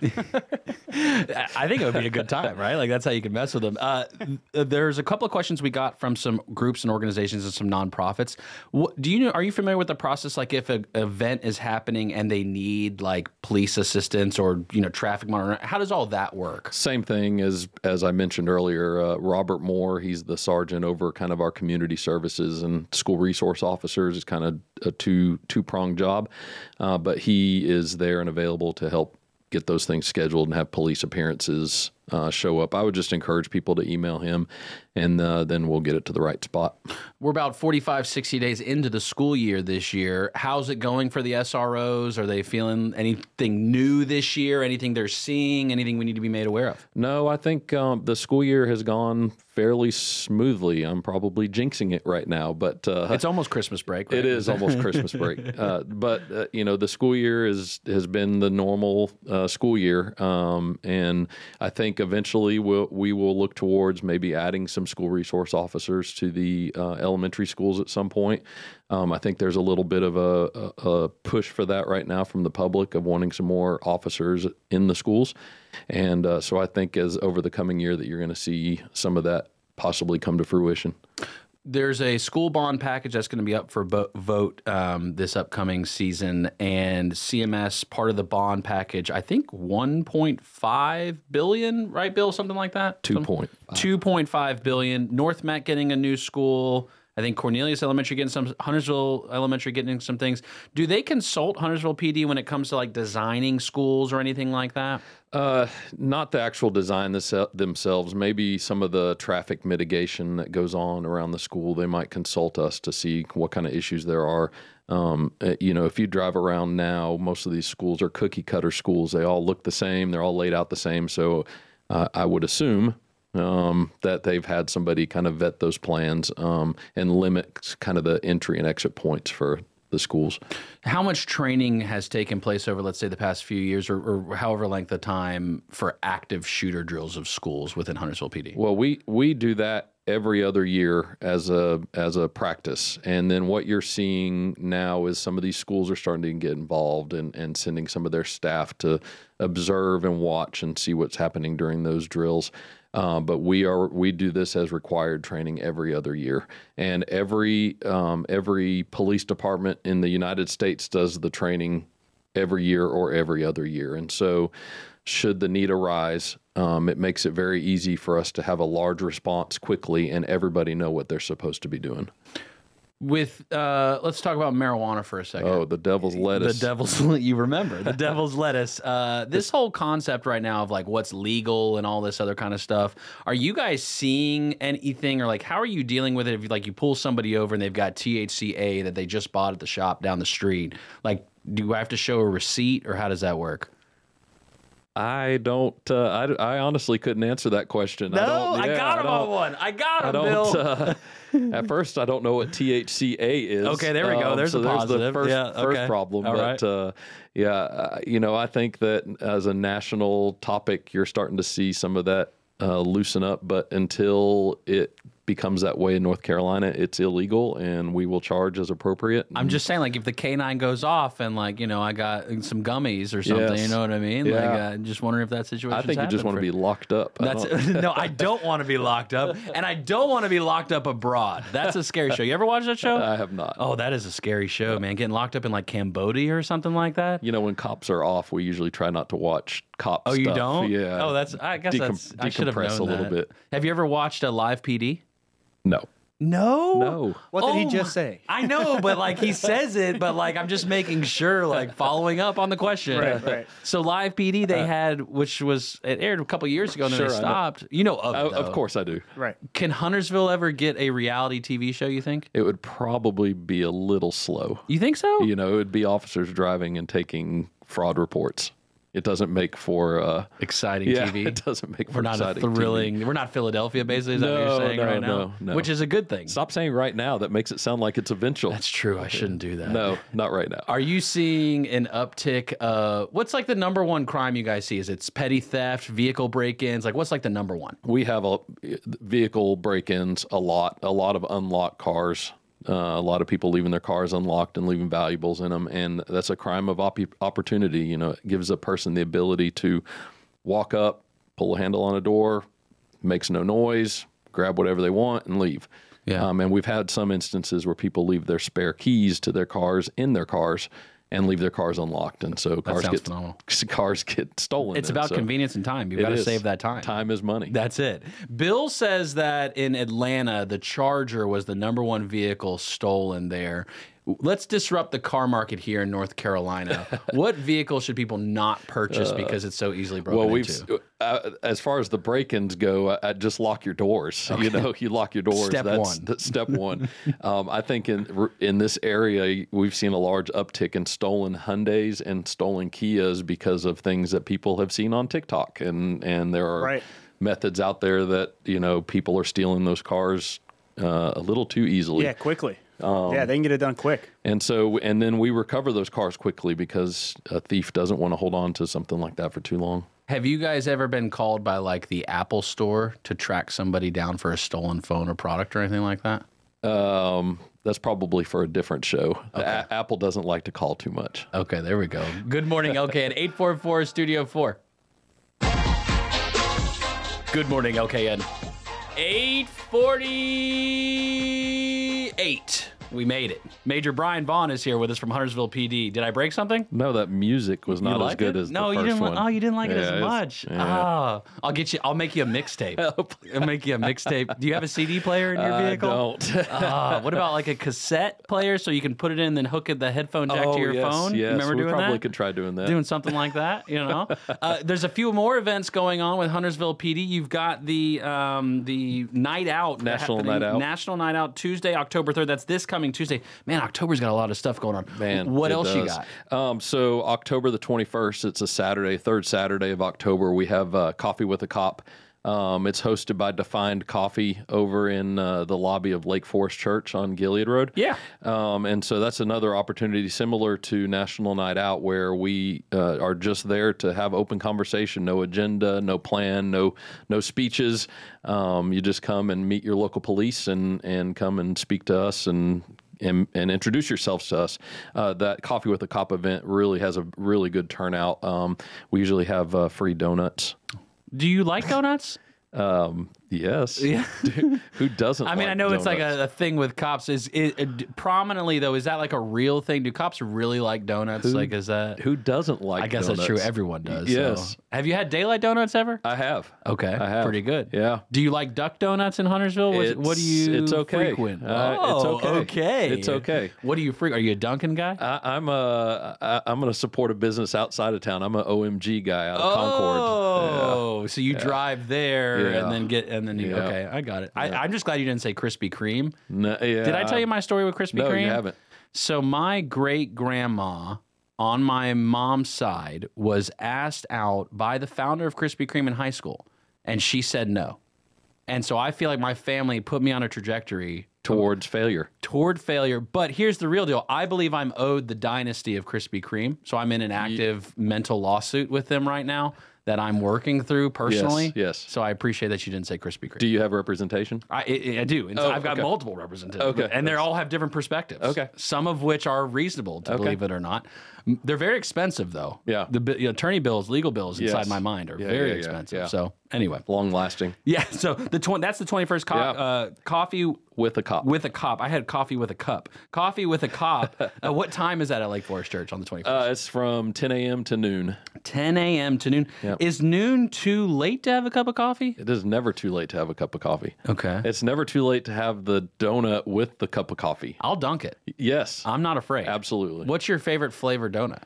I I think it would be a good time, right? Like that's how you can mess with them. Uh, th- there's a couple of questions we got from some groups and organizations and some nonprofits. What, do you know? Are you familiar with the process? Like if an event is happening and they need like police assistance or you know traffic monitoring, how does all that work? Same thing as as I mentioned earlier. Uh, Robert Moore, he's the sergeant over kind of our community services and school resource officers. It's kind of a two two pronged job, uh, but he is there and available to help get those things scheduled and have police appearances uh, show up. I would just encourage people to email him, and uh, then we'll get it to the right spot. We're about 45, 60 days into the school year this year. How's it going for the SROs? Are they feeling anything new this year? Anything they're seeing? Anything we need to be made aware of? No, I think um, the school year has gone fairly smoothly. I'm probably jinxing it right now, but uh, <laughs> it's almost Christmas break. Right? It is almost Christmas break. <laughs> Uh, but uh, you know, the school year is has been the normal uh, school year, um, and I think eventually we'll, we will look towards maybe adding some school resource officers to the uh, elementary schools at some point. Um, I think there's a little bit of a, a, a, push for that right now from the public of wanting some more officers in the schools, and uh, so I think as over the coming year that you're going to see some of that possibly come to fruition. There's a school bond package that's going to be up for bo- vote um, this upcoming season, and CMS part of the bond package, I think 1.5 billion, right, Bill? Something like that. Two point two point five billion. North Met getting a new school. I think Cornelius Elementary getting some, Huntersville Elementary getting some things. Do they consult Huntersville PD when it comes to like designing schools or anything like that? Uh, not the actual design themse- themselves. Maybe some of the traffic mitigation that goes on around the school. They might consult us to see what kind of issues there are. Um, you know, if you drive around now, most of these schools are cookie cutter schools. They all look the same. They're all laid out the same. So uh, I would assume um, that they've had somebody kind of vet those plans um, and limit kind of the entry and exit points for the schools. How much training has taken place over, let's say, the past few years or, or however length of time for active shooter drills of schools within Huntersville PD? Well, we we do that every other year as a as a practice. And then what you're seeing now is some of these schools are starting to get involved and, and sending some of their staff to observe and watch and see what's happening during those drills. Uh, but we are we do this as required training every other year, and every um, every police department in the United States does the training every year or every other year. And so, should the need arise, um, it makes it very easy for us to have a large response quickly, and everybody know what they're supposed to be doing with uh, let's talk about marijuana for a second. Oh, the devil's lettuce. The devil's <laughs> you <laughs> remember the devil's lettuce. Uh, this whole concept right now of like what's legal and all this other kind of stuff. Are you guys seeing anything or like how are you dealing with it? If you, like you pull somebody over and they've got THCA that they just bought at the shop down the street, like do I have to show a receipt or how does that work? I don't. Uh, I, I honestly couldn't answer that question. No, I, don't, yeah, I got him I on one. I got him, I Bill. Uh, at first, I don't know what THCA is. Okay, there we go. Um, there's so a There's the positive. first, yeah, okay. first problem. All but right. uh, yeah, you know, I think that as a national topic, you're starting to see some of that uh, loosen up. But until it becomes that way in North Carolina, it's illegal and we will charge as appropriate. I'm just saying, like, if the K9 goes off and, like, you know, I got some gummies or something, yes. you know what I mean? Yeah. Like, uh, just wondering if that situation. I think you just want to be locked up. That's, <laughs> I no, I don't want to be locked up. And I don't want to be locked up abroad. That's a scary show. You ever watch that show? I have not. Oh, that is a scary show, yeah. man. Getting locked up in, like, Cambodia or something like that. You know, when cops are off, we usually try not to watch cop oh, stuff. you don't? Yeah. Oh, that's, I guess Decom- that's, I should have decompress known a little that. bit. Have you ever watched a live PD? No. No. No. What did he just say? Oh I know, but <laughs> like he says it, but like I'm just making sure, like following up on the question. Right, right. So live PD they had, which was it aired a couple years ago, and then Uh, Sure, they I know. stopped. You know of it, I- of though. course I do. Right. Can Huntersville ever get a reality TV show? You think? It would probably be a little slow. You think so? You know, it would be officers driving and taking fraud reports. It doesn't make for uh, Exciting yeah, <laughs> TV. It doesn't make for We're not a exciting TV. thrilling. We're not Philadelphia, basically. Is that what No, you're saying no, right no, now? no. Which is a good thing. Stop saying right now. That makes it sound like it's eventual. That's true. I shouldn't do that. No, not right now. Are you seeing an uptick? Uh, what's like the number one crime you guys see? Is it's petty theft, vehicle break-ins? Like what's like the number one? We have a vehicle break-ins a lot, a lot of unlocked cars. Uh, a lot of people leaving their cars unlocked and leaving valuables in them, and that's a crime of op- opportunity. You know, it gives a person the ability to walk up, pull a handle on a door, makes no noise, grab whatever they want, and leave. Yeah. Um, and we've had some instances where people leave their spare keys to their cars in their cars and leave their cars unlocked, and so cars sounds get phenomenal. <laughs> cars get stolen. It's and about so- convenience and time. You've It got to is. save that time. Time is money. That's it. Bill says that in Atlanta, the Charger was the number one vehicle stolen there. let's disrupt the car market here in North <laughs> Carolina. what vehicle should people not purchase Uh, because it's so easily broken well, we've into? uh, as far as the break-ins go, uh, uh, just lock your doors. <laughs> Okay. You know, you lock your doors. Step that's one. that's <laughs> step one. um, I think in in this area, we've seen a large uptick in stolen Hyundai's and stolen Kias because of things that people have seen on TikTok, and and there are methods out there that you know people are stealing those cars uh, a little too easily. Yeah, quickly. Um, yeah, they can get it done quick. and so, and then we recover those cars quickly because a thief doesn't want to hold on to something like that for too long. Have you guys ever been called by like the Apple store to track somebody down for a stolen phone or product or anything like that? Um, that's probably for a different show. A- Apple doesn't like to call too much. Okay, there we go. <laughs> Good morning, LKN 844 Studio 4. Good morning, LKN. 848. We made it. Major Brian Vaughn is here with us from Huntersville PD. Did I break something? No, that music was You not as liked good it? as no, the first you didn't. one. li- Oh, you didn't like it Yeah, as it's- much. yeah. Oh, Ah, I'll get you. I'll make you <laughs> a mixtape. I'll make you a mixtape. Do you have a CD player in your I vehicle? don't. <laughs> Ah, what about like a cassette player so you can put it in, then hook it the headphone jack Oh, to your yes, phone? yes. Remember we doing probably that? could try doing that. doing something like that. You <laughs> know, uh, there's a few more events going on with Huntersville PD. You've got the um, the night out, that National happening- Night Out. National Night Out Tuesday, October third. That's this coming Tuesday. Man, October's got a lot of stuff going on. Man, what it else you does. got? Um, so October the 21st, it's a Saturday, third Saturday of October. We have uh, Coffee with a Cop. Um, it's hosted by Defined Coffee over in uh, the lobby of Lake Forest Church on Gilead Road. Yeah. Um, and so that's another opportunity similar to National Night Out where we uh, are just there to have open conversation, no agenda, no plan, no no speeches. Um, you just come and meet your local police and, and come and speak to us and and, and introduce yourselves to us. Uh, that Coffee with a Cop event really has a really good turnout. Um, we usually have uh, free donuts. Do you like donuts? Um, yes. <laughs> Yeah. Dude, <laughs> who doesn't? I mean, I like know it's like donuts? a, a thing with cops. Is it, it- prominently though? Is that like a real thing? Do cops really like donuts? Who- like, is that who doesn't like? I guess that's true. donuts? Everyone does. so. Yes. Have you had daylight donuts ever? I have. Okay, I have. pretty good. Yeah. Do you like duck donuts in Huntersville? What, what do It's- you? it's okay. Frequent? Uh, it's oh, okay. It's okay. What do you freak? Are you a Dunkin' guy? I, I'm a I, I'm going to support a business outside of town. I'm an OMG guy out of Concord. Oh, so you Yeah. drive there Yeah. and then get and then you Yeah. okay. I got it. I, I'm just glad you didn't say Krispy Kreme. No, yeah, Did I tell you my story with Krispy No, Kreme? you haven't. So my great grandma on my mom's side was asked out by the founder of Krispy Kreme in high school, and she said no. And so I feel like my family put me on a trajectory towards failure. toward failure. But here's the real deal. I believe I'm owed the dynasty of Krispy Kreme. So I'm in an active mental lawsuit with them right now that I'm working through personally. yes. So I appreciate that you didn't say Krispy Kreme. Do you have representation? I, I, I do. And so Oh, I've got okay. multiple representatives. Okay. And they all have different perspectives. Okay. Some of which are reasonable, to Okay. believe it or not. M- They're very expensive, though. Yeah. The bi- attorney bills, legal bills Yes. inside my mind are Yeah, very yeah, yeah, expensive. yeah. So anyway. Long lasting. Yeah. <laughs> So the tw- that's the 21st co- Yeah. uh, coffee With a cop. with a cop. I had coffee with a cup. Coffee with a cop. <laughs> uh, what time is that at Lake Forest Church on the 21st? Uh, it's from 10 a.m. to noon. 10 a.m. to noon. Yep. Is noon too late to have a cup of coffee? It is never too late to have a cup of coffee. Okay. It's never too late to have the donut with the cup of coffee. I'll dunk it. Yes, I'm not afraid. absolutely. What's your favorite flavor donut?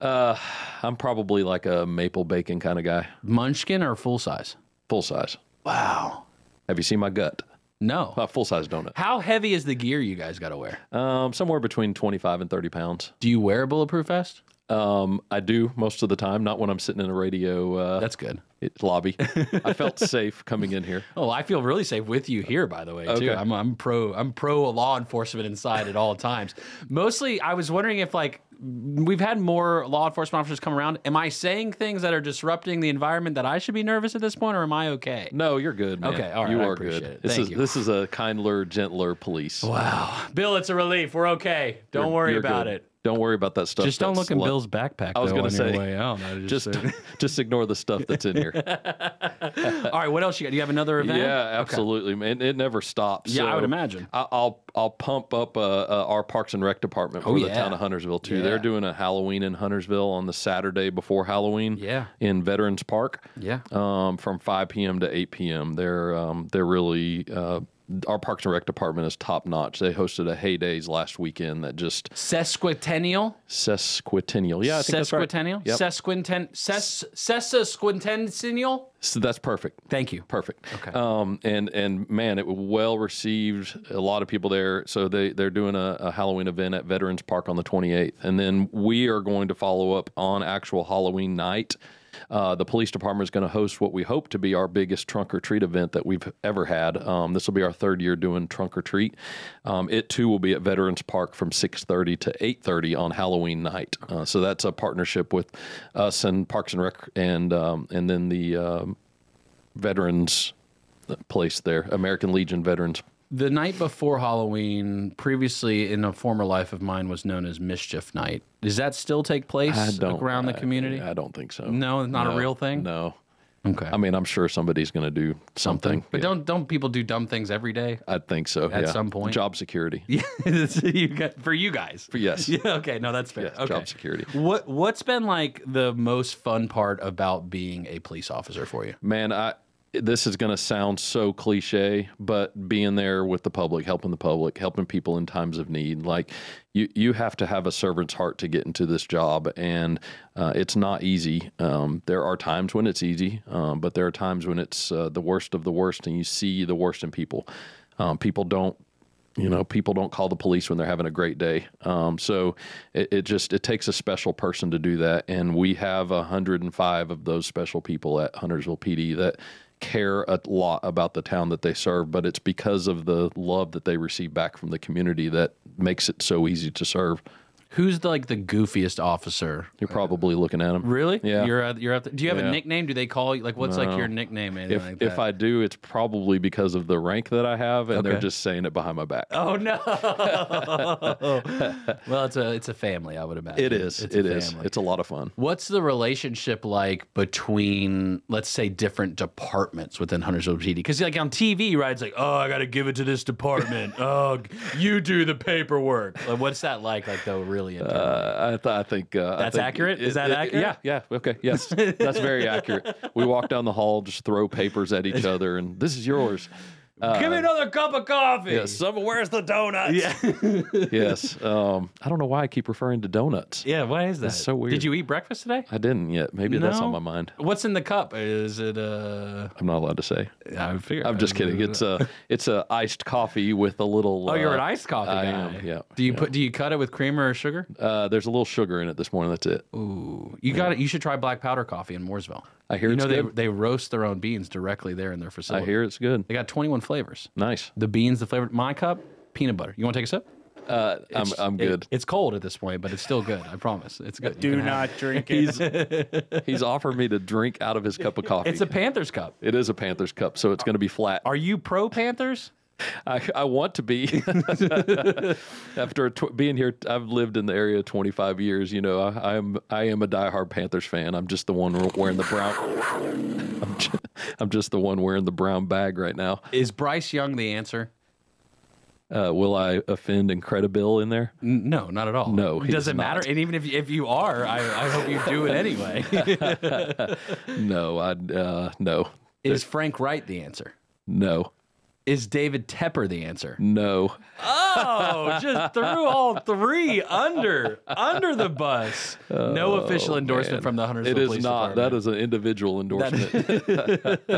Uh, I'm probably like a maple bacon kind of guy, Munchkin or full size? full size. Wow. Have you seen my gut? No. A full size donut. How heavy is the gear you guys got to wear? Um, somewhere between 25 and 30 pounds. Do you wear a bulletproof vest? Um, I do most of the time, not when I'm sitting in a radio uh, That's good. it- <laughs> lobby. I felt safe coming in here. Oh, I feel really safe with you here, by the way, too. Okay. I'm, I'm pro I'm pro law enforcement inside at all times. Mostly, I was wondering if like we've had more law enforcement officers come around. Am I saying things that are disrupting the environment that I should be nervous at this point, or am I okay? No, you're good, man. Okay, all right, You I are appreciate good. it. This Thank is you. this is a kindler, gentler police. Wow, <laughs> Bill, it's a relief. We're okay. Don't You're- worry you're about good. it. Don't worry about that stuff. Just don't that's look in left. Bill's backpack. I was though, gonna on your say, way out. I Just said- <laughs> just ignore the stuff that's in <laughs> here. all right. What else you got? Do you have another yeah, event? Okay. absolutely, man. It never stops. Yeah, I would So imagine. I, I'll I'll pump up uh, uh, our Parks and Rec department for Oh, the yeah. town of Huntersville too. Yeah. They're doing a Halloween in Huntersville on the Saturday before Halloween. Yeah. in Veterans Park. Yeah. um, from 5 p.m. to 8 p.m. They're um, they're really uh, our Parks and Rec department is top notch. They hosted a heydays last weekend that just sesquicentennial. Sesquicentennial, yeah, I think sesquicentennial. That's right. Yep. Sesquinten. Ses. Sesquicentennial. So that's perfect. Thank you. Perfect. Okay. Um, and and man, it was well received. A lot of people there. So they they're doing a, a Halloween event at Veterans Park on the 28th, and then we are going to follow up on actual Halloween night. Uh, the police department is going to host what we hope to be our biggest trunk or treat event that we've ever had. Um, this will be our third year doing trunk or treat. Um, it too will be at Veterans Park from 6:30 to 8:30 on Halloween night. Uh, so that's a partnership with us and Parks and Rec, and um, and then the um, veterans uh, place there, American Legion Veterans The night before Halloween, previously in a former life of mine, was known as Mischief Night. Does that still take place I don't- around the I- community? I don't think so. No, it's not a No, real thing. No. Okay. I mean, I'm sure somebody's going to do something. But don't don't people do dumb things every day? <laughs> I think so. At yeah. some point. job security. Yeah, you got, for you guys. For yes. <laughs> Yeah. Okay. No, that's fair. Yes, okay. job security. What What's been like the most fun part about being a police officer for you? Man, I this is going to sound so cliche, but being there with the public, helping the public, helping people in times of need, like you you have to have a servant's heart to get into this job, and uh, it's not easy. Um, there are times when it's easy, um, but there are times when it's uh, the worst of the worst, and you see the worst in people. Um, people don't you know people don't call the police when they're having a great day um, so it, it just it takes a special person to do that and we have 105 of those special people at huntersville pd that care a lot about the town that they serve but it's because of the love that they receive back from the community that makes it so easy to serve who's the, like the goofiest officer you're probably looking at them Really? yeah You're at, you're at the, Do you have a Yeah. nickname? Do they call you like what's like No. your nickname? Anything if, like that? if i do it's probably because of the rank that i have and they're Okay. just saying it behind my back Oh <laughs> no! well, it's a it's a family, I would imagine. it is it's It's a it is family. it's a lot of fun What's the relationship like between, let's say, different departments within Huntersville PD? Because like on TV, right? It's like, oh, I got to give it to this <laughs> department. oh, you do the paperwork. Like, what's that like? Like though, really? Intense? Uh, I, th- I think uh, I That's think accurate? Is it- that it- accurate? Yeah, yeah. Okay, <laughs> yes, that's very accurate. We walk down the hall, just throw papers at each other, and this is yours. Uh, Give me another cup of coffee. yes. Some- where's the donuts? Yeah. yes. Um, I don't know why I keep referring to donuts. yeah. Why is that? That's so weird. Did you eat breakfast today? I didn't yet. Maybe that's on my No? mind. What's in the cup? Is it uh? I'm not allowed to say. I figure. I'm just kidding. It's <laughs> a it's a iced coffee with a little. Oh, you're uh, an iced coffee I guy. am. Yeah. Do you yeah. put? Do you cut it with creamer or sugar? Uh, there's a little sugar in it this morning. That's it. Ooh, you got it. You should try black powder coffee in Mooresville. I hear you it's know good. they they roast their own beans directly there in their I facility. hear it's good. They got 21 flavors. Nice. The beans, the flavor. My cup, peanut butter. You want to take a sip? Uh, I'm It's- I'm it- good. it's cold at this point, but it's still good. I promise. It's good. You Do can have not <laughs> it. <laughs> drink He's- it. He's offered me to drink out of his cup of coffee. It's a Panthers cup. It is a Panthers cup, so it's going to be flat. Are you pro Panthers? I, I want to be. <laughs> After tw- being here, I've lived in the area 25 years. You know, I, I'm I am a diehard Panthers fan. I'm just the one wearing the brown. <laughs> I'm just, I'm just the one wearing the brown bag right now. Is Bryce Young the answer? Uh, will I offend Incredibil in there? N- No, not at all. No, he's does it matter? not. And even if you- if you are, I, I hope you do it <laughs> anyway. No, I uh, no Is Frank Wright the answer? no Is David Tepper the answer? no. Oh, just threw all three under under the bus. No official Oh, endorsement man. from the Huntersville It is Police not. Department. That is an individual endorsement. <laughs>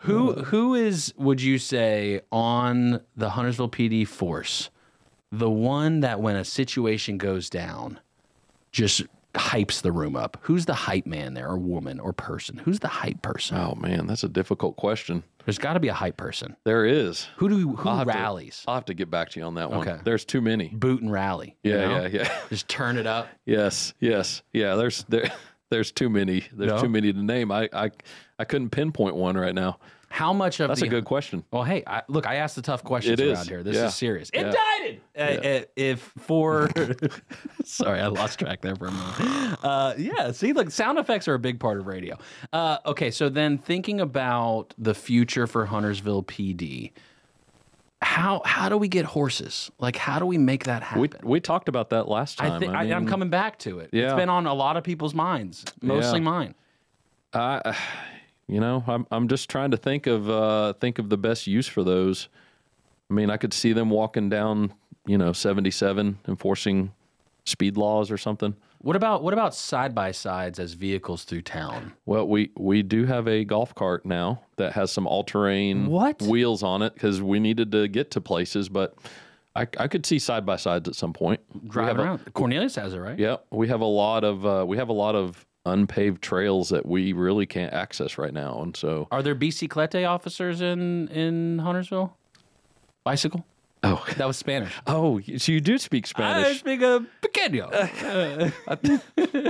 who who is would you say on the Huntersville PD force the one that when a situation goes down just hypes the room up? Who's the hype man there or woman or person? Who's the hype person? oh man, that's a difficult question. There's got to be a hype person. <laughs> There is. Who do who I'll have to- rallies? I'll have to get back to you on that one. Okay. There's too many. Boot and rally. you Yeah, know? yeah, yeah. Just turn <laughs> it up. Yes, yes, yeah. There's there, <laughs> there's too many. There's No? too many to name. I, I I couldn't pinpoint one right now. How much of That's the a good question. Well, hey, I, look, I asked the tough questions It around is. here. This Yeah. is serious. Yeah. Indicted. Uh, uh, if for, <laughs> sorry, I lost track there for a moment. <laughs> Uh, yeah, see, look, sound effects are a big part of radio. Uh, okay, so then thinking about the future for Huntersville PD, how how do we get horses? Like, how do we make that happen? We we talked about that last time. I think I I'm mean, coming back to it. It's Yeah. been on a lot of people's minds, mostly Yeah. mine. <sighs> I, you know, I'm I'm just trying to think of uh, think of the best use for those. I mean, I could see them walking down, you know, 77 enforcing speed laws or something. What about what about side by sides as vehicles through town? Well, we we do have a golf cart now that has some all terrain What? wheels on it because we needed to get to places, but I, I could see side by sides at some point. We Driving have a- around. Cornelius has it, right? yeah, we have a lot of uh, we have a lot of unpaved trails that we really can't access right now, and so Are there biciclete officers in in Huntersville? Bicycle? Oh, that was Spanish. Oh, so you do speak I Spanish. speak a <laughs> pequeño. Uh,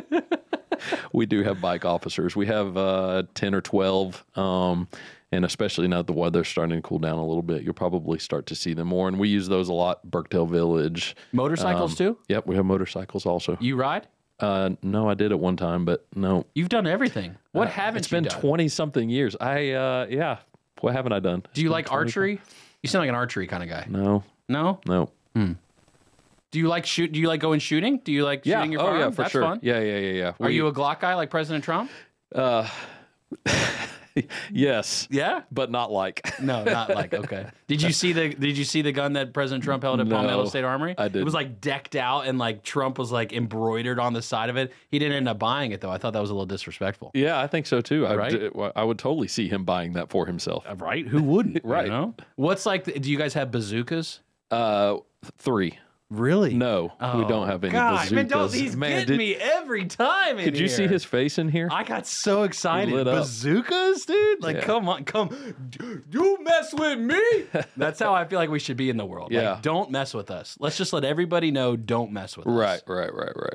we do have bike officers. We have uh, ten or twelve, um, and especially now that the weather's starting to cool down a little bit, you'll probably start to see them more. And we use those a lot. Burkdale Village Um, Motorcycles, too? Yep, we have motorcycles also. You ride? Uh, no, I did at one time, but no. You've done everything. What haven't Uh, It's you been done? twenty something years. I uh, yeah. What haven't I done? Do you like archery? You sound like an archery kind of guy. No. No? No. Do you like shoot? Do you like going shooting? Do you like shooting your oh firearm? yeah, for That's sure. fun. Yeah, yeah, yeah, yeah. Are We- you a Glock guy like President Trump? Uh, <laughs> yes. Yeah. But not like. No, Oh, not <laughs> like okay. Did you see the Did you see the gun that President Trump held at No, Palmetto State Armory? I It didn't. was like decked out, and like Trump was like embroidered on the side of it. He didn't end up buying it though. I thought that was a little disrespectful. Yeah, I think so too. I, Right? Uh, d- I would totally see him buying that for himself. Right? <laughs> Who wouldn't? Right. You know? What's like? the- Do you guys have bazookas? Uh, three. Really? No, we don't have any Oh, God, bazookas. man, don't, he's getting did- me every time. in Could you see here. his face in here? I got so excited. lit up. Bazookas, dude? Like, Yeah. come on, come. You mess with me. <laughs> That's how I feel like we should be in the world. Yeah. Like, don't mess with us. Let's just let everybody know don't mess with us. Right, right, right, right.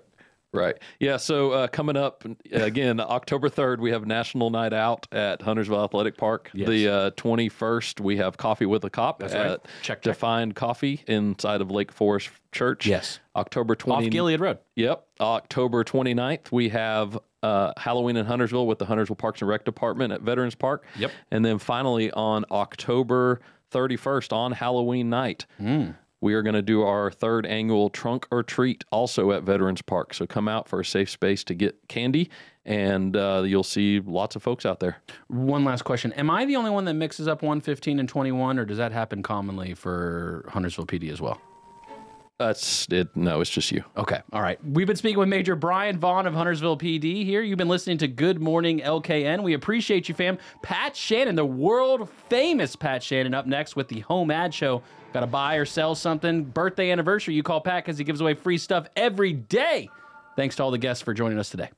Right. Yeah. So uh, coming up again, October 3rd, we have National Night Out at Huntersville Athletic Park. The uh, 21st, we have Coffee with a Cop That's at right. Check, check. Defined Coffee inside of Lake Forest Church. Yes. October 20 Off Gilead Road. Yep. October 29th, we have uh, Halloween in Huntersville with the Huntersville Parks and Rec Department at Veterans Park. Yep. And then finally on October 31st, on Halloween night, Hmm. we are going to do our third annual trunk or treat also at Veterans Park. So come out for a safe space to get candy, and uh, you'll see lots of folks out there. One last question. Am I the only one that mixes up 115 and 21, or does that happen commonly for Huntersville PD as well? That's it. No, it's just you. Okay. All right. We've been speaking with Major Brian Vaughn of Huntersville PD here. You've been listening to Good Morning LKN. We appreciate you, fam. Pat Shannon, the world famous Pat Shannon, up next with the Home Ad Show. Got to buy or sell something. Birthday anniversary, you call Pat because he gives away free stuff every day. Thanks to all the guests for joining us today.